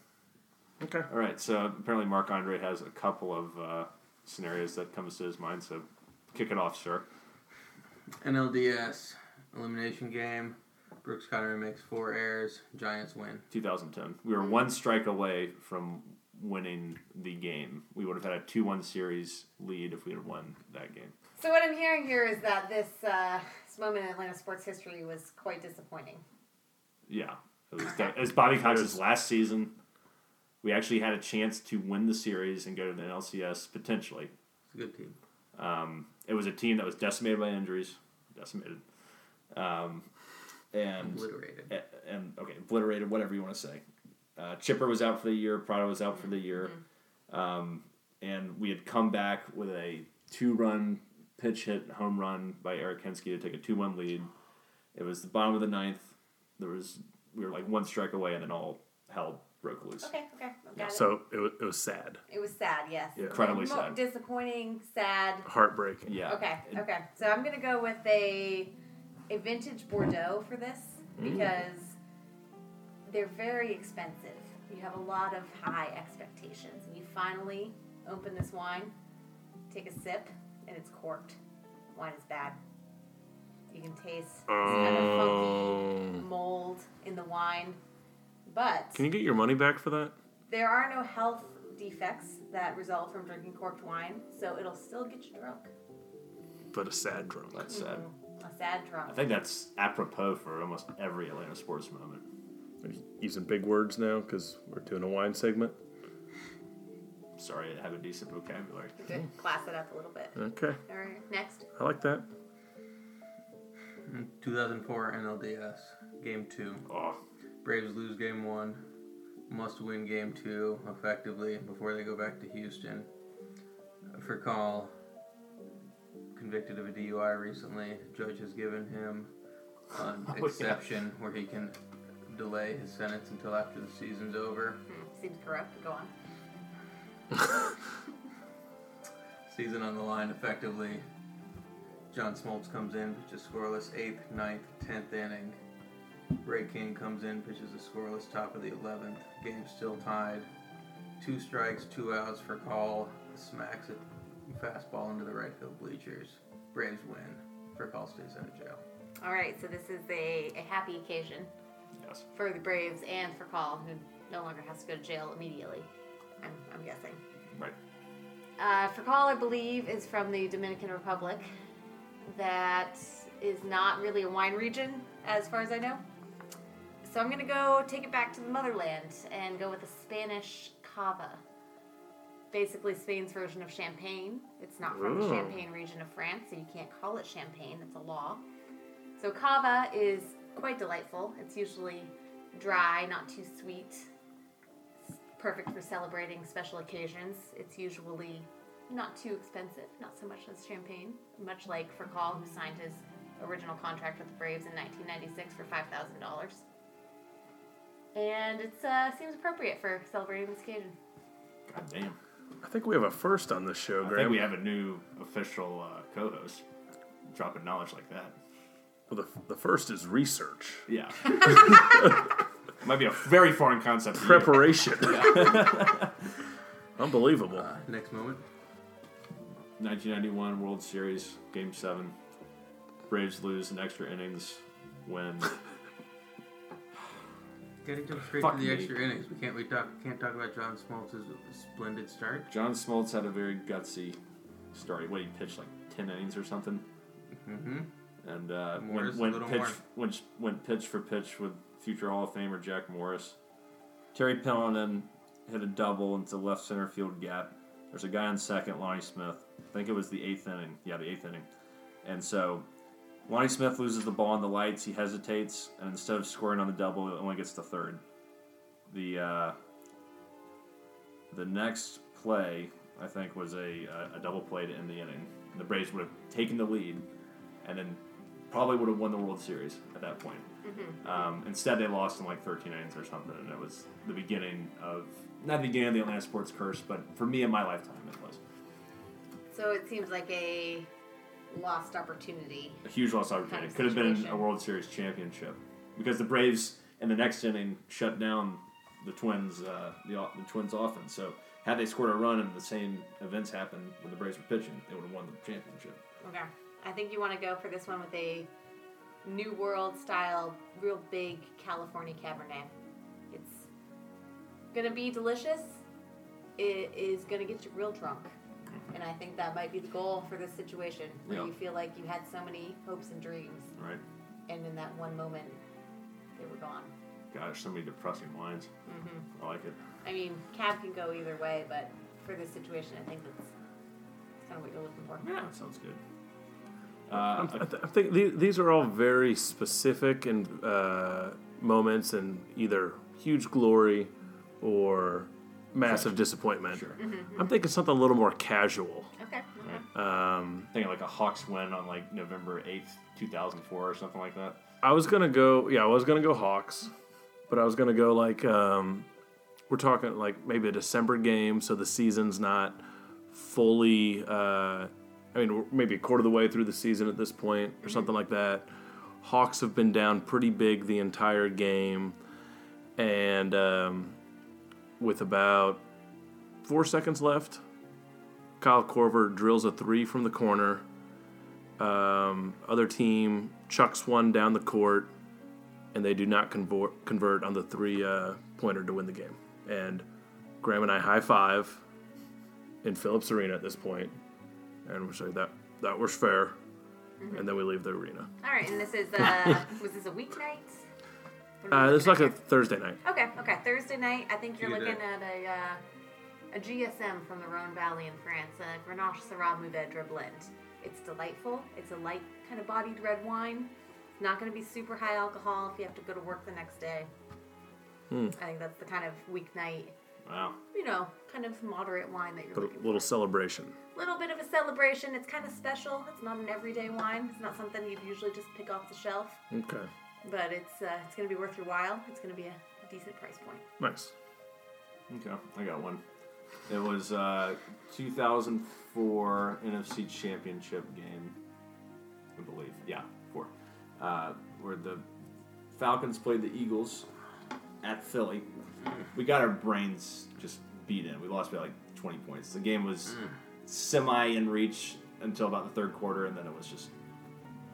Okay.
All right. So apparently, Marc Andre has a couple of uh, scenarios that comes to his mind. So kick it off, sir.
NLDS elimination game. Brooks Connor makes four errors. Giants win.
2010. We were one strike away from winning the game. We would have had a 2 1 series lead if we had won that game.
so what I'm hearing here is that this uh, this moment in Atlanta sports history was quite disappointing
Yeah. It was, that, it was Bobby Cox's
Yes.
last season. We actually had a chance to win the series and go to the NLCS potentially.
It's a good team.
Um, it was a team that was decimated by injuries, decimated. Um, and
Obliterated.
a- and okay, obliterated, whatever you want to say. Uh, Chipper was out for the year. Prado was out for the year,
Mm-hmm.
um, and we had come back with a two-run pitch hit home run by Eric Hensky to take a two-one lead. It was the bottom of the ninth. There was we were like one strike away, and then all hell broke loose.
okay okay I've got it.
So it was, it was sad,
It was sad, yes.
Yeah.
Incredibly
Mo-
sad.
Disappointing, sad.
heartbreaking.
Yeah.
Okay,
It-
okay. So I'm gonna go with a a vintage Bordeaux for this
Mm.
because they're very expensive. You have a lot of high expectations, and you finally open this wine, take a sip, and it's corked. Wine is bad. You can taste this kind of
Oh.
funky
Um,
mold in the wine, but
can you get your money back for that?
there are no health defects that result from drinking corked wine, so it'll still get you drunk.
But a sad drunk.
That's sad.
A sad
I
drunk.
think that's apropos for almost every Atlanta sports moment.
Are you using big words now because we're doing a wine segment.
Sorry, I have a decent vocabulary.
Good. Class it up a little bit.
Okay,
All right, next.
I like that.
2004 NLDS game two.
Oh,
Braves lose game one, must win game two effectively before they go back to Houston. For call, convicted of a DUI recently, judge has given him an
yeah.
exception where he can delay his sentence until after the season's over.
Hmm, Seems corrupt. Go on.
Season on the line effectively. John Smoltz comes in, pitches scoreless eighth, ninth, tenth inning. Ray King comes in, pitches a scoreless top of the eleventh. Game still tied. Two strikes, two outs for call. Smacks a fastball into the right field bleachers. Braves win. For call stays out of jail.
All right, so this is a, a happy occasion
yes.
for the Braves and for Call, who no longer has to go to jail immediately. I'm, I'm guessing.
Right.
Uh, for Call, I believe, is from the Dominican Republic. That is not really a wine region, as far as I know. So I'm gonna go take it back to the motherland and go with a Spanish cava. Basically, Spain's version of champagne. It's not from the
Ooh.
champagne region of France, so you can't call it champagne. That's a law. So cava is quite delightful. It's usually dry, not too sweet, perfect for celebrating special occasions. It's usually not too expensive, not so much as champagne. Much like for Call, who signed his original contract with the Braves in 1996 for five thousand dollars. And it uh, seems appropriate for celebrating this occasion.
God damn.
I think we have a first on this show,
I
Graham.
think we have a new official uh, co-host dropping knowledge like that.
Well, the, the first is research,
Yeah. Might be a very foreign concept. to you.
preparation. Unbelievable.
Uh,
Uh,
Next moment.
1991 World Series Game Seven. Braves lose in extra innings when
Gotta jump straight
Fuck
to the
me.
extra innings. We can't we talk can't talk about John Smoltz's splendid start.
John Smoltz had a very gutsy story. What he pitched like ten innings or something,
Mm-hmm.
and uh,
Morris,
went,
a
went
little
pitch
more.
went, went pitch for pitch with future Hall of Famer Jack Morris. Terry Pillonen hit a double into left center field gap. There's a guy on second, Lonnie Smith. I think it was the eighth inning. Yeah, the eighth inning. And so Lonnie Smith loses the ball in the lights. He hesitates, and instead of scoring on the double, it only gets the third. The uh, the next play, I think, was a, a, a double play to end the inning. And the Braves would have taken the lead, and then probably would have won the World Series at that point.
Mm-hmm.
Um, instead, they lost in like 13 innings or something, and it was the beginning of not the beginning of the Atlanta sports curse, but for me in my lifetime, it was
So it seems like a lost opportunity.
a huge lost opportunity. It
Kind of
could have been a
situation.
World Series championship because the Braves in the next inning shut down the Twins, uh, the, o- the Twins offense. So had they scored a run and the same events happened when the Braves were pitching, they would have won the championship.
Okay. I think you want to go for this one with a New World style, real big California Cabernet. It's going to be delicious. It is going to get you real drunk. And I think that might be the goal for this situation where
Yeah.
you feel like you had so many hopes and dreams,
Right?
and in that one moment, they were gone.
Gosh, so many depressing lines. Mm-hmm. I like it.
I mean, cab can go either way, but for this situation, I think that's, that's kind of what you're looking for.
Yeah, that sounds good. Uh,
I, th- I think the- these are all very specific and uh, moments, and either huge glory or massive disappointment.
Sure.
I'm thinking something a little more casual.
Okay. okay.
Um,
thinking like a Hawks win on like November eighth, two thousand four, or something like that.
I was gonna go, yeah, I was gonna go Hawks, but I was gonna go like um, we're talking like maybe a December game, so the season's not fully. Uh, I mean, we're maybe a quarter of the way through the season at this point, or something like that. Hawks have been down pretty big the entire game, and um, with about four seconds left, Kyle Corver drills a three from the corner. Um, other team chucks one down the court, and they do not convert, convert on the three uh, pointer to win the game. And Graham and I high five in Phillips Arena at this point, and we're saying that that was fair. And then we leave the arena.
All right, and this is uh, was this a weeknight? What are we
Uh, this is like
looking
a
at
Thursday night.
here? okay, okay, Thursday night. I think you're
Either.
looking at a uh, a GSM from the Rhone Valley in France, a Grenache Syrah Mourvedre blend. It's delightful. It's a light kind of bodied red wine. It's not going to be super high alcohol if you have to go to work the next day.
Hmm.
I think that's the kind of weeknight,
Wow.
you know, kind of moderate wine that you're
But
looking
a
for.
little celebration.
little bit of a celebration. It's kind of special. It's not an everyday wine. It's not something you'd usually just pick off the shelf,
Okay.
but it's uh, it's gonna be worth your while. It's gonna be a decent price point.
Nice.
Okay, I got one. It was uh, 2004 NFC Championship game, I believe. Yeah, four. Uh, where the Falcons played the Eagles at Philly. We got our brains just beat in. We lost by like 20 points. The game was semi in reach until about the third quarter, and then it was just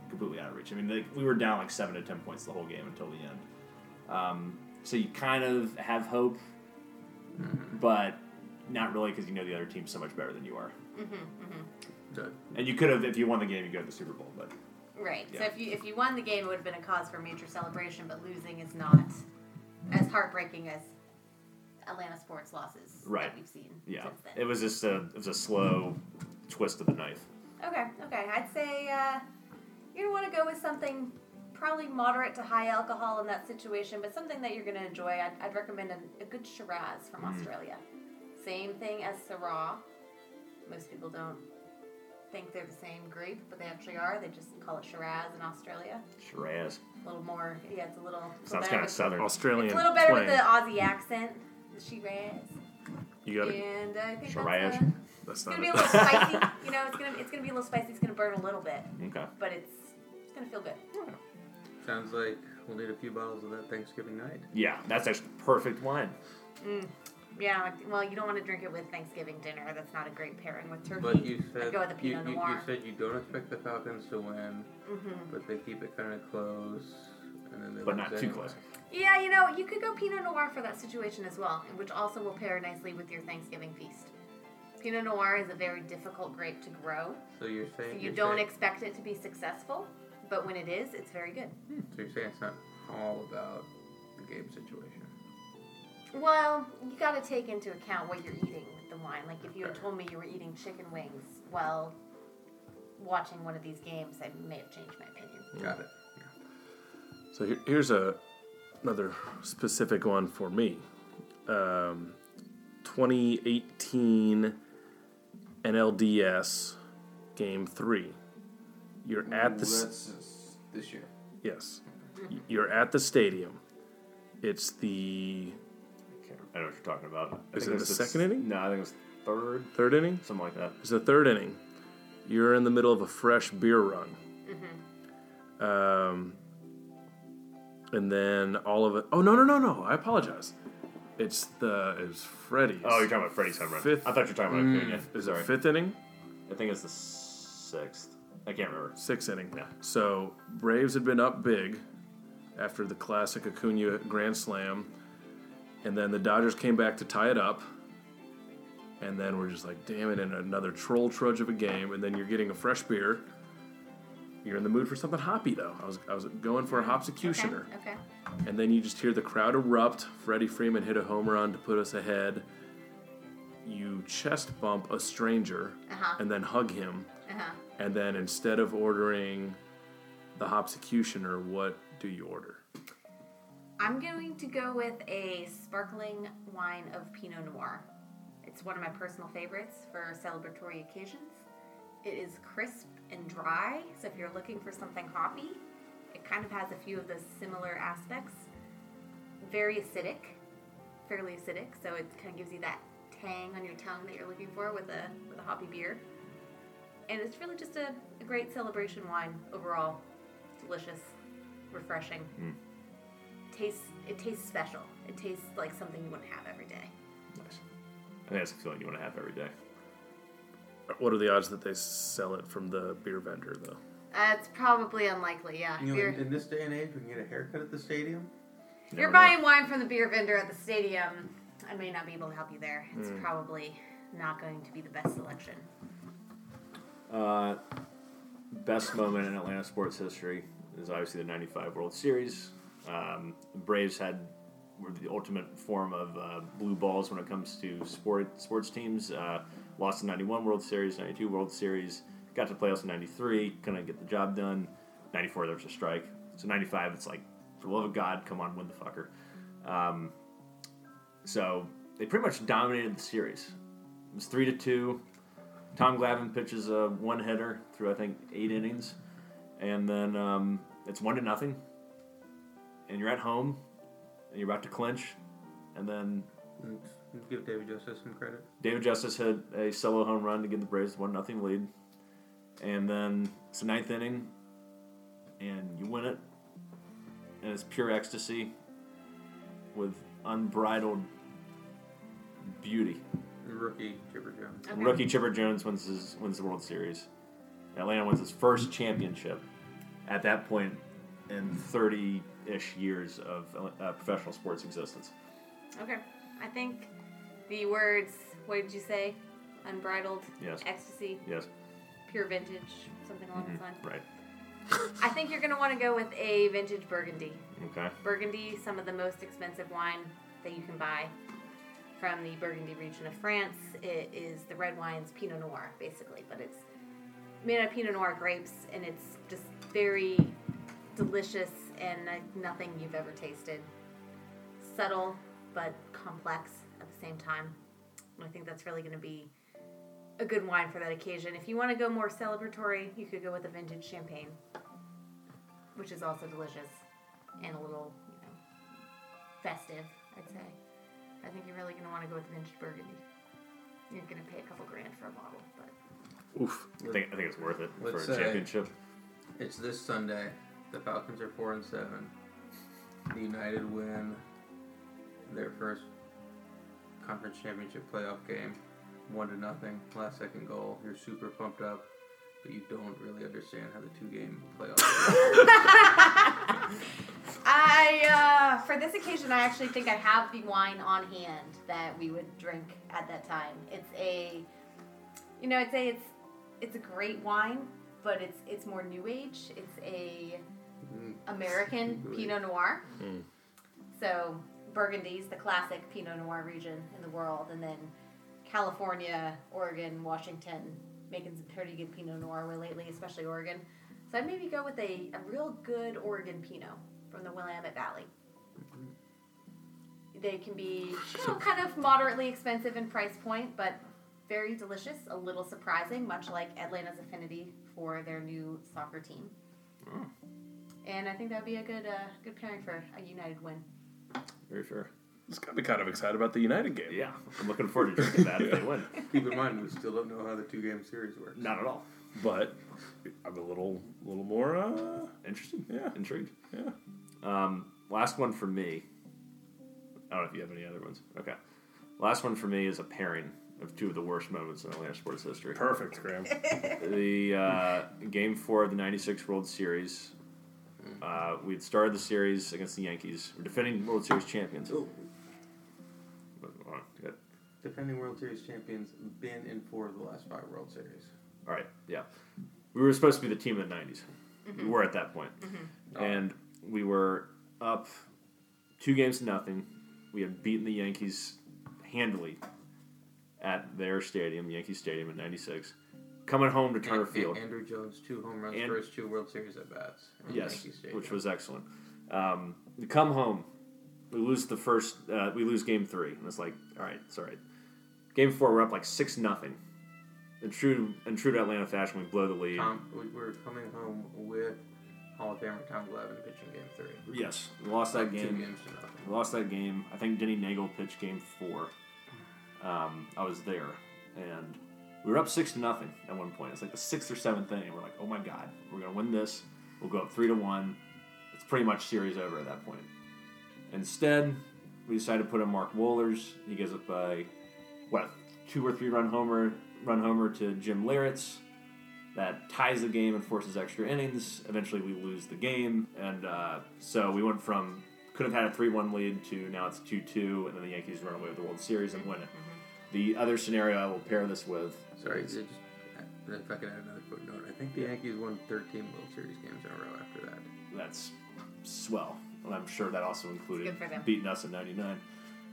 completely out of reach. I mean, like, we were down like seven to 10 points the whole game until the end. Um, so you kind of have hope but not really because you know the other team's so much better than you are.
Done.
And you could have, if you won the game, you go to the Super Bowl. But
Right. So
Yeah.
if you if you won the game, it would have been a cause for major celebration. But losing is not as heartbreaking as Atlanta sports losses
Right.
that we've seen
yeah,
since then.
it was just a it was a slow twist of the knife.
Okay, okay. I'd say uh, you're gonna want to go with something probably moderate to high alcohol in that situation, but something that you're going to enjoy. I'd, I'd recommend a, a good Shiraz from
Mm-hmm.
Australia. Same thing as Syrah. Most people don't think they're the same grape, but they actually are. They just call it Shiraz in Australia.
Shiraz.
A little more, yeah, it's a little. it's a
Sounds
better
kind of
with-
southern.
Australian
It's a little better with the
twang.
Aussie accent. The Shiraz.
you got it.
And I think
Shiraz.
that's. Uh,
That's
it's
not
gonna be a
it.
little spicy. You know, it's gonna it's gonna be a little spicy. It's gonna burn a little bit,
Okay.
but it's it's gonna feel good.
Sounds like we'll need a few bottles of that Thanksgiving night.
Yeah, that's actually perfect wine.
Yeah. like- Well, you don't want to drink it with Thanksgiving dinner. That's not a great pairing with turkey.
But you
I'd
said
go with the
you,
Pinot
you, you
Noir.
said you don't expect the Falcons to win,
Mm-hmm.
but they keep it kind of close, and then they
But
lose
not too
anyway.
close.
yeah, you know, you could go Pinot Noir for that situation as well, which also will pair nicely with your Thanksgiving feast. Pinot Noir is a very difficult grape to grow.
So you're
So
saying
you
are
don't
saying,
expect it to be successful, but when it is, it's very good.
so you're saying it's not all about the game situation.
Well, you got to take into account what you're eating with the wine. Like if you had told me you were eating chicken wings while watching one of these games, I may have changed my opinion.
Got it.
So here, here's a another specific one for me. Um, 2018 NLDS Game Three. You're at the s-
this year.
yes. You're at the stadium. It's the
I can't- I don't know what you're talking about. I
Is
think
it the
was
second inning?
No, I think it was third,
third inning.
something like that.
It's the third inning. You're in the middle of a fresh beer run.
Mm-hmm.
Um, and then all of it. Oh no no no no! I apologize. It's the it's Freddy's.
Oh, you're talking about Freddie's home run.
Fifth- Mm,
I thought you were talking about Acuna.
Is
Sorry.
it fifth inning?
I think it's the sixth. I can't remember.
Sixth inning.
Yeah.
So Braves had been up big after the classic Acuna grand slam, and then the Dodgers came back to tie it up. And then we're just like, damn it, in another troll trudge of a game. And then you're getting a fresh beer. You're in the mood for something hoppy though. I was I was going for a hopsecutioner.
Okay.
And then you just hear the crowd erupt. Freddie Freeman hit a home run to put us ahead. You chest bump a stranger
Uh-huh.
and then hug him.
Uh huh.
And then instead of ordering the Hopsecutioner, what do you order?
I'm going to go with a sparkling wine of Pinot Noir. It's one of my personal favorites for celebratory occasions. It is crisp and dry, so if you're looking for something hoppy, it kind of has a few of those similar aspects. Very acidic, fairly acidic, so it kind of gives you that tang on your tongue that you're looking for with a with a hoppy beer. And it's really just a, a great celebration wine overall. Delicious, refreshing tastes it tastes special. It tastes like something you wouldn't have every day.
Nice. I think that's a feeling you want to have every day.
What are the odds that they sell it from the beer vendor, though?
That's Uh, probably unlikely, yeah.
You know,
you're
in, in this day and age, we can get a haircut at the stadium.
you're
Never know.
buying wine from the beer vendor at the stadium. I may not be able to help you there. It's
Hmm.
probably not going to be the best selection.
Uh, best moment in Atlanta sports history is obviously the '95 World Series. Um, the Braves had were the ultimate form of uh, blue balls when it comes to sport sports teams. Uh, lost the '91 World Series, '92 World Series, got to playoffs in '93, couldn't get the job done. '94 there was a strike, so '95 it's like for the love of God, come on, win the fucker. Um, so they pretty much dominated the series. It was three to two. Tom Glavine pitches a one hitter through I think eight innings, and then um, it's one to nothing, and you're at home, and you're about to clinch, and then
And give David Justice some credit.
David Justice hit a solo home run to give the Braves one nothing lead, and then it's the ninth inning, and you win it, and it's pure ecstasy, with unbridled beauty.
Rookie Chipper Jones.
Okay.
Rookie Chipper Jones wins his, wins the World Series. Atlanta wins its first championship at that point in 30 ish years of uh, professional sports existence.
Okay. I think the words what did you say? Unbridled
Yes.
ecstasy,
Yes,
pure vintage, something along those lines.
right.
I think you're gonna want to go with a vintage burgundy.
Okay.
Burgundy, some of the most expensive wine that you can buy from the Burgundy region of France. It is the red wine's Pinot Noir, basically, but it's made out of Pinot Noir grapes, and it's just very delicious and like nothing you've ever tasted. Subtle but complex at the same time. And I think that's really going to be a good wine for that occasion. If you want to go more celebratory, you could go with a vintage champagne, which is also delicious and a little, you know, festive, I'd say. I think you're really going to want to go with vintage burgundy. You're going to pay a couple grand for a bottle, but
Oof. I think, I think it's worth it
Let's
for a
say-
championship.
It's this Sunday. The Falcons are four and seven. The United win their first conference championship playoff game, one to nothing. Last second goal. You're super pumped up, but you don't really understand how the two game playoff.
I uh, for this occasion, I actually think I have the wine on hand that we would drink at that time. It's a, you know, I'd say it's it's a great wine, but it's it's more new age. It's a
Mm.
American
Really?
Pinot Noir. So Burgundy's the classic Pinot Noir region in the world, and then California, Oregon, Washington, making some pretty good Pinot Noir way lately, especially Oregon. So I'd maybe go with a, a real good Oregon Pinot from the Willamette Valley. They can be you know, kind of moderately expensive in price point, but very delicious, a little surprising, much like Atlanta's affinity for their new soccer team. And I think that would be a good uh, good pairing for a United win.
Very sure.
It's got to be kind of excited about the United game.
Yeah, I'm looking forward to drinking that if they win.
Keep in mind, we still don't know how the two game series works.
Not at all.
But I'm a little, little more. Uh,
Interesting.
Yeah.
Intrigued.
yeah.
Um, last one for me. I don't know if you have any other ones. Okay. Last one for me is a pairing of two of the worst moments in Atlanta sports history.
Perfect, Graham.
the uh, game four of the '96 World Series. Uh, we had started the series against the Yankees. We're defending World Series champions.
Oh,
All right, good.
defending World Series champions, been in four of the last five World Series.
All right, yeah. We were supposed to be the team of the '90s. We were at that point, and we were up two games to nothing. We had beaten the Yankees handily at their stadium, Yankee Stadium, in '96. Coming home to Turner
An- An-
Field.
Andrew Jones, two home runs,
And-
first two World Series at bats. in
Yes,
Yankee Stadium.
which was excellent. Um, we come home, we lose the first, uh, we lose game three, and it's like, all right, it's all right. Game four, we're up like six nothing. In true, in true to Atlanta fashion, we blow the lead.
Tom, we were coming home with Hall of Famer Tom Glavine pitching game three.
yes, we lost that
Two
game.
games to nothing.
We lost that game. I think Denny Nagel pitched game four. Um, I was there, and we were up six to nothing at one point. It's like the sixth or seventh inning. and We're like, oh my god, we're gonna win this. We'll go up three to one. It's pretty much series over at that point. Instead, we decided to put in Mark Wohlers. He gives up a what two or three run homer run homer to Jim Larritz. That ties the game and forces extra innings. Eventually, we lose the game, and uh, so we went from could have had a three-one lead to now it's two-two, and then the Yankees run away with the World Series and win it.
Mm-hmm.
The other scenario I will pair this with.
Sorry, is it just, but if I could add another footnote, I think the Yankees won 13 World Series games in a row after that.
That's swell, and I'm sure that also included
It's good for them.
beating us in '99.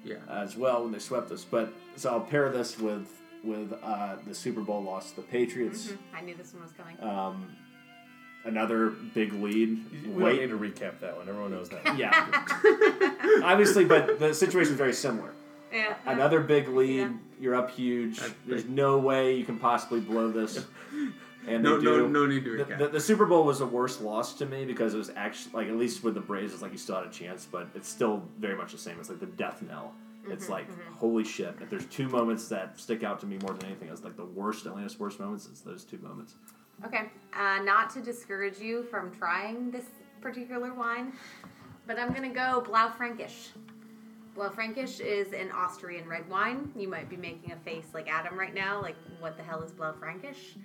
Yeah.
as well when they swept us. But so I'll pair this with with uh, the Super Bowl loss to the Patriots.
Hmm. I knew this one was coming.
Um, another big lead.
We don't need to recap that one. Everyone knows that.
yeah, obviously, but the situation's very similar.
yeah.
Another big lead.
Yeah.
You're up huge.
That's
There's
big.
no way you can possibly blow this. And
No,
they
no,
do.
no need to
The,
recap.
the, the Super Bowl was the worst loss to me because it was actually like at least with the Braves, it's like you still had a chance, but it's still very much the same. It's like the death knell.
Mm-hmm,
It's like holy shit. If there's two moments that stick out to me more than anything, it's like the worst Atlanta sports moments. It's those two moments.
Okay. Uh, not to discourage you from trying this particular wine, but I'm going to go Blaufränkisch. Blaufränkisch is an Austrian red wine. You might be making a face like Adam right now, like, what the hell is Blaufränkisch?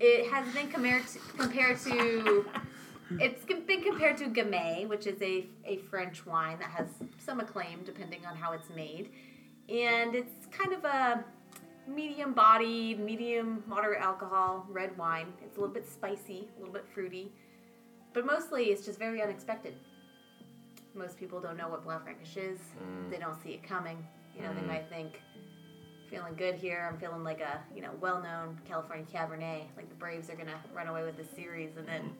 It has been compared to, compared to it's com- been compared to Gamay, which is a, a French wine that has some acclaim depending on how it's made. And it's kind of a medium bodied, medium moderate alcohol red wine. It's a little bit spicy, a little bit fruity, but mostly it's just very unexpected. Most people don't know what Blaufränkisch is. They don't see it coming. You know, they might think, feeling good here. I'm feeling like a, you know, well-known California Cabernet. Like the Braves are going to run away with this series and then And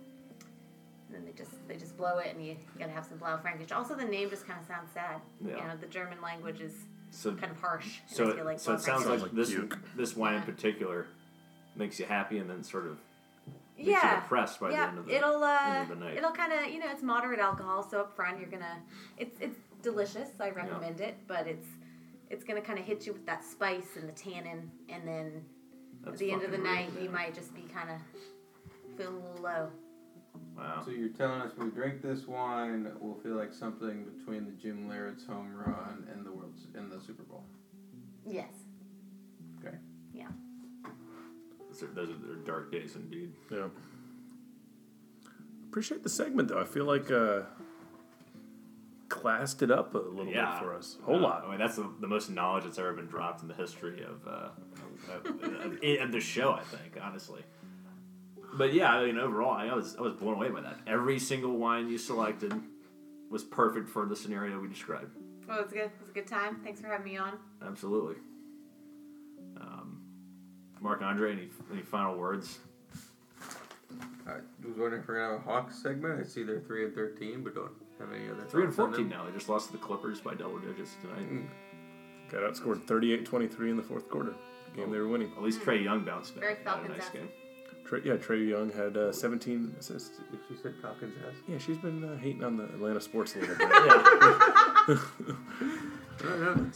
then they just they just blow it, and you gotta have some Blaufränkisch. Also, the name just kind of sounds sad.
Yeah.
You know, the German language is
So
kind of harsh. and
so
I feel like
it, so it sounds
Blaufränkisch-
like,
like
this
puke.
this wine in
Yeah.
particular makes you happy and then sort of makes you
yeah.
depressed by the
Yeah,
end of the
it'll uh,
end of the night.
it'll kind of you know it's moderate alcohol, so up front you're gonna it's it's delicious. I recommend it, but it's it's gonna kind of hit you with that spice and the tannin, and then
That's
at the end of the
fucking
night
weird,
you
man.
might just be kind of feeling a little low.
Wow.
So you're telling us we drink this wine, we'll feel like something between the Jim Laird's home run and the world's and the Super Bowl.
Yes.
Okay.
Yeah.
Those are, those are they're dark days indeed.
Yeah. Appreciate the segment though. I feel like uh classed it up a little bit for us. Whole
Uh,
lot.
I mean, that's the, the most knowledge that's ever been dropped in the history of, uh, of, of, of the show. I think honestly. But yeah, I mean, overall, I was I was blown away by that. Every single wine you selected was perfect for the scenario we described.
Well, it's good. It's a good time. Thanks for having me on.
Absolutely. Um, Mark Andre, any any final words?
I was wondering if we're gonna have a Hawks segment. I see they're three and thirteen, but don't have any other.
Three and
thoughts on
fourteen
them.
now. They just lost to the Clippers by double digits tonight.
Got outscored 38-23 in the fourth quarter. Game they were winning.
At least Trey Young bounced back. He
Hmm. Very
had a
Falcons
nice
esque.
game.
Trey, yeah, Trey Young had uh, 17 assists.
If She said Falcons ass.
Yeah, she's been uh, hating on the Atlanta sports a little bit. I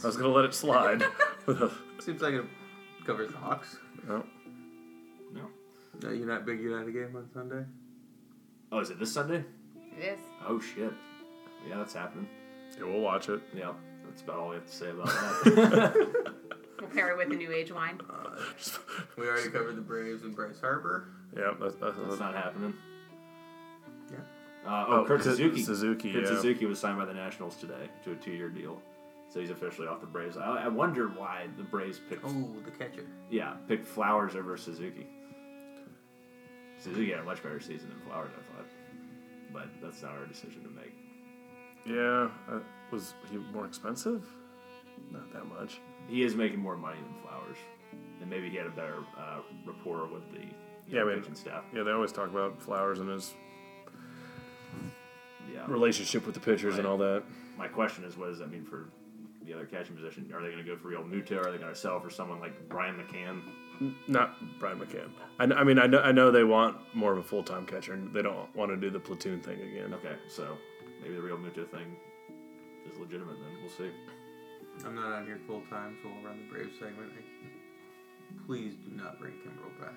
was gonna let it slide.
Seems like it covers the Hawks.
no.
No.
Uh, you're not big United game on Sunday.
Oh, is it this Sunday?
Yes.
Oh shit. Yeah, that's happening.
Yeah, we'll watch it.
Yeah, that's about all we have to say about that.
We'll pair it with a new age wine.
We already covered the Braves and Bryce Harper.
Yeah, that's, that's,
that's not happening.
Yeah.
Uh, oh,
Oh,
Kurt
Kurt
Suzuki.
Suzuki,
Kurt
yeah.
Suzuki was signed by the Nationals today to a two-year deal, so he's officially off the Braves. I, I wonder why the Braves picked
Oh, the catcher.
yeah picked Flowers over Suzuki. Suzuki had a much better season than Flowers, I thought, but that's not our decision to make.
yeah. Uh, was he more expensive? Not that much.
He is making more money than Flowers, and maybe he had a better uh, rapport with the you
Yeah,
know,
I mean-
pitching staff.
Yeah, they always talk about Flowers and his
Yeah.
relationship with the pitchers and all that.
My question is, what does that mean for the other catching position? Are they going to go for Real Muto? Are they going to sell for someone like Brian McCann?
Not Brian McCann. I, kn- I mean, I know, I know they want more of a full time catcher. and They don't want to do the platoon thing again.
Okay, so maybe the Real Muto thing is legitimate. Then we'll see.
I'm not on here full time, so we'll run the Braves segment. I- Please do not bring Kimbrel back.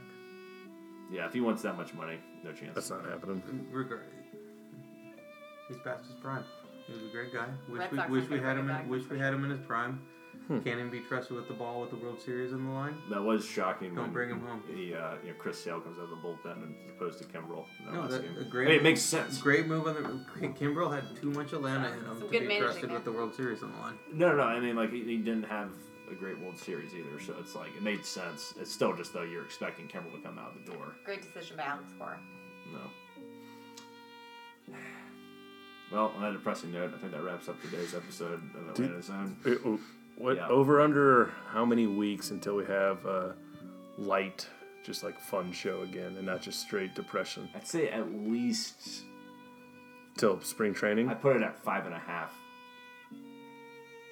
Yeah, if he wants that much money, no chance.
That's not happening.
Regard. He's past his prime. He was a great guy. Wish
Red
we,
Sox
wish
aren't
we
gonna
had him.
bring him
In,
back.
wish we had him in his prime. Can't even be trusted with the ball with the World Series on the line.
that was shocking.
Don't
when
bring him home.
The uh, you know Chris Sale comes out of the bullpen and is opposed to Kimbrel. in that
No,
last
that-
game.
a
I mean,
great move.
it makes sense.
Great move on the. Kimbrel had too much Atlanta in him
Some
to
good
be
managing
trusted
there.
with the World Series on the line.
No, no, no. I mean, like he, he didn't have a great World Series either, so it's like it made sense. It's still just though you're expecting Kimbrel to come out the door.
Great decision by Alex Cora.
No. Well, on that depressing note, I think that wraps up today's episode of Atlanta Zone.
It- what
Yeah.
over under how many weeks until we have a light, just like fun show again, and not just straight depression
I'd say at least
till spring training?
I put it at five and a half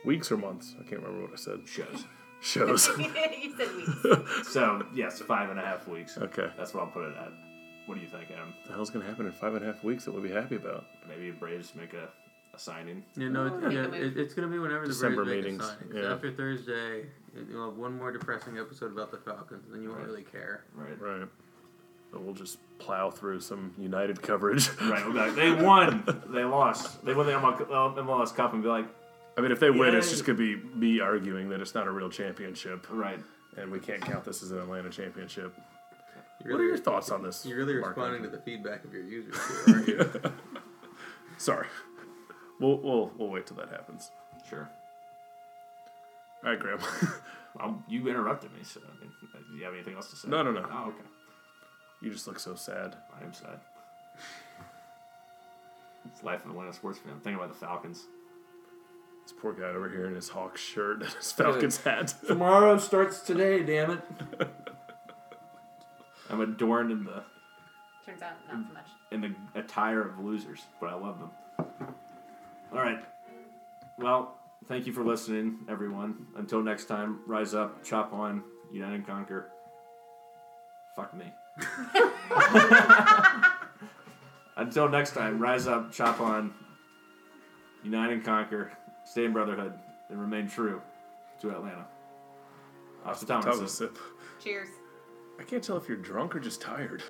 weeks or months? I can't remember what I said.
shows.
Shows.
you said we.
So yes, five and a half weeks.
okay.
That's what I'll put it at. What do you think, Adam?
the hell's gonna happen in five and a half weeks that we'll be happy about?
Maybe the Braves make a, a signing.
You know,
We'll
it's,
make
yeah,
a move.
it, it's going to be whenever
December
the Braves
meetings,
make a signing.
yeah.
After Thursday, it- you'll have one more depressing episode about the Falcons, and then you won't
Right.
really care.
Right.
Right. But we'll just plow through some United coverage.
Right. We'll be like, they won. They lost. They won the ML, MLS Cup and be like,
I mean, if they win, it's
Yay.
just gonna be me arguing that it's not a real championship,
right.
and we can't count this as an Atlanta championship.
You're
what are
really-
your thoughts on this?
You're really
Mark
responding
Andre?
to the feedback of your users here, aren't you?
Sorry. We'll, we'll we'll wait till that happens.
Sure.
All right, Graham.
Well, Um, you interrupted me, so I mean, uh, do you have anything else to say?
No, no, no.
Oh, okay.
you just look so sad.
I am sad. It's the life of a Atlanta sports fan. I'm thinking about the Falcons.
This poor guy over here in his Hawks shirt and his Falcons hat.
Tomorrow starts today, damn it. I'm adorned in the
Turns out, not so much.
in the attire of losers, but I love them. All right. Well, thank you for listening, everyone. Until next time, rise up, chop on, unite and conquer. Fuck me. Until next time, rise up, chop on, unite and conquer, stay in brotherhood, and remain true to Atlanta. Off the
That was a
Thomas.
sip.
Cheers.
I can't tell if you're drunk or just tired.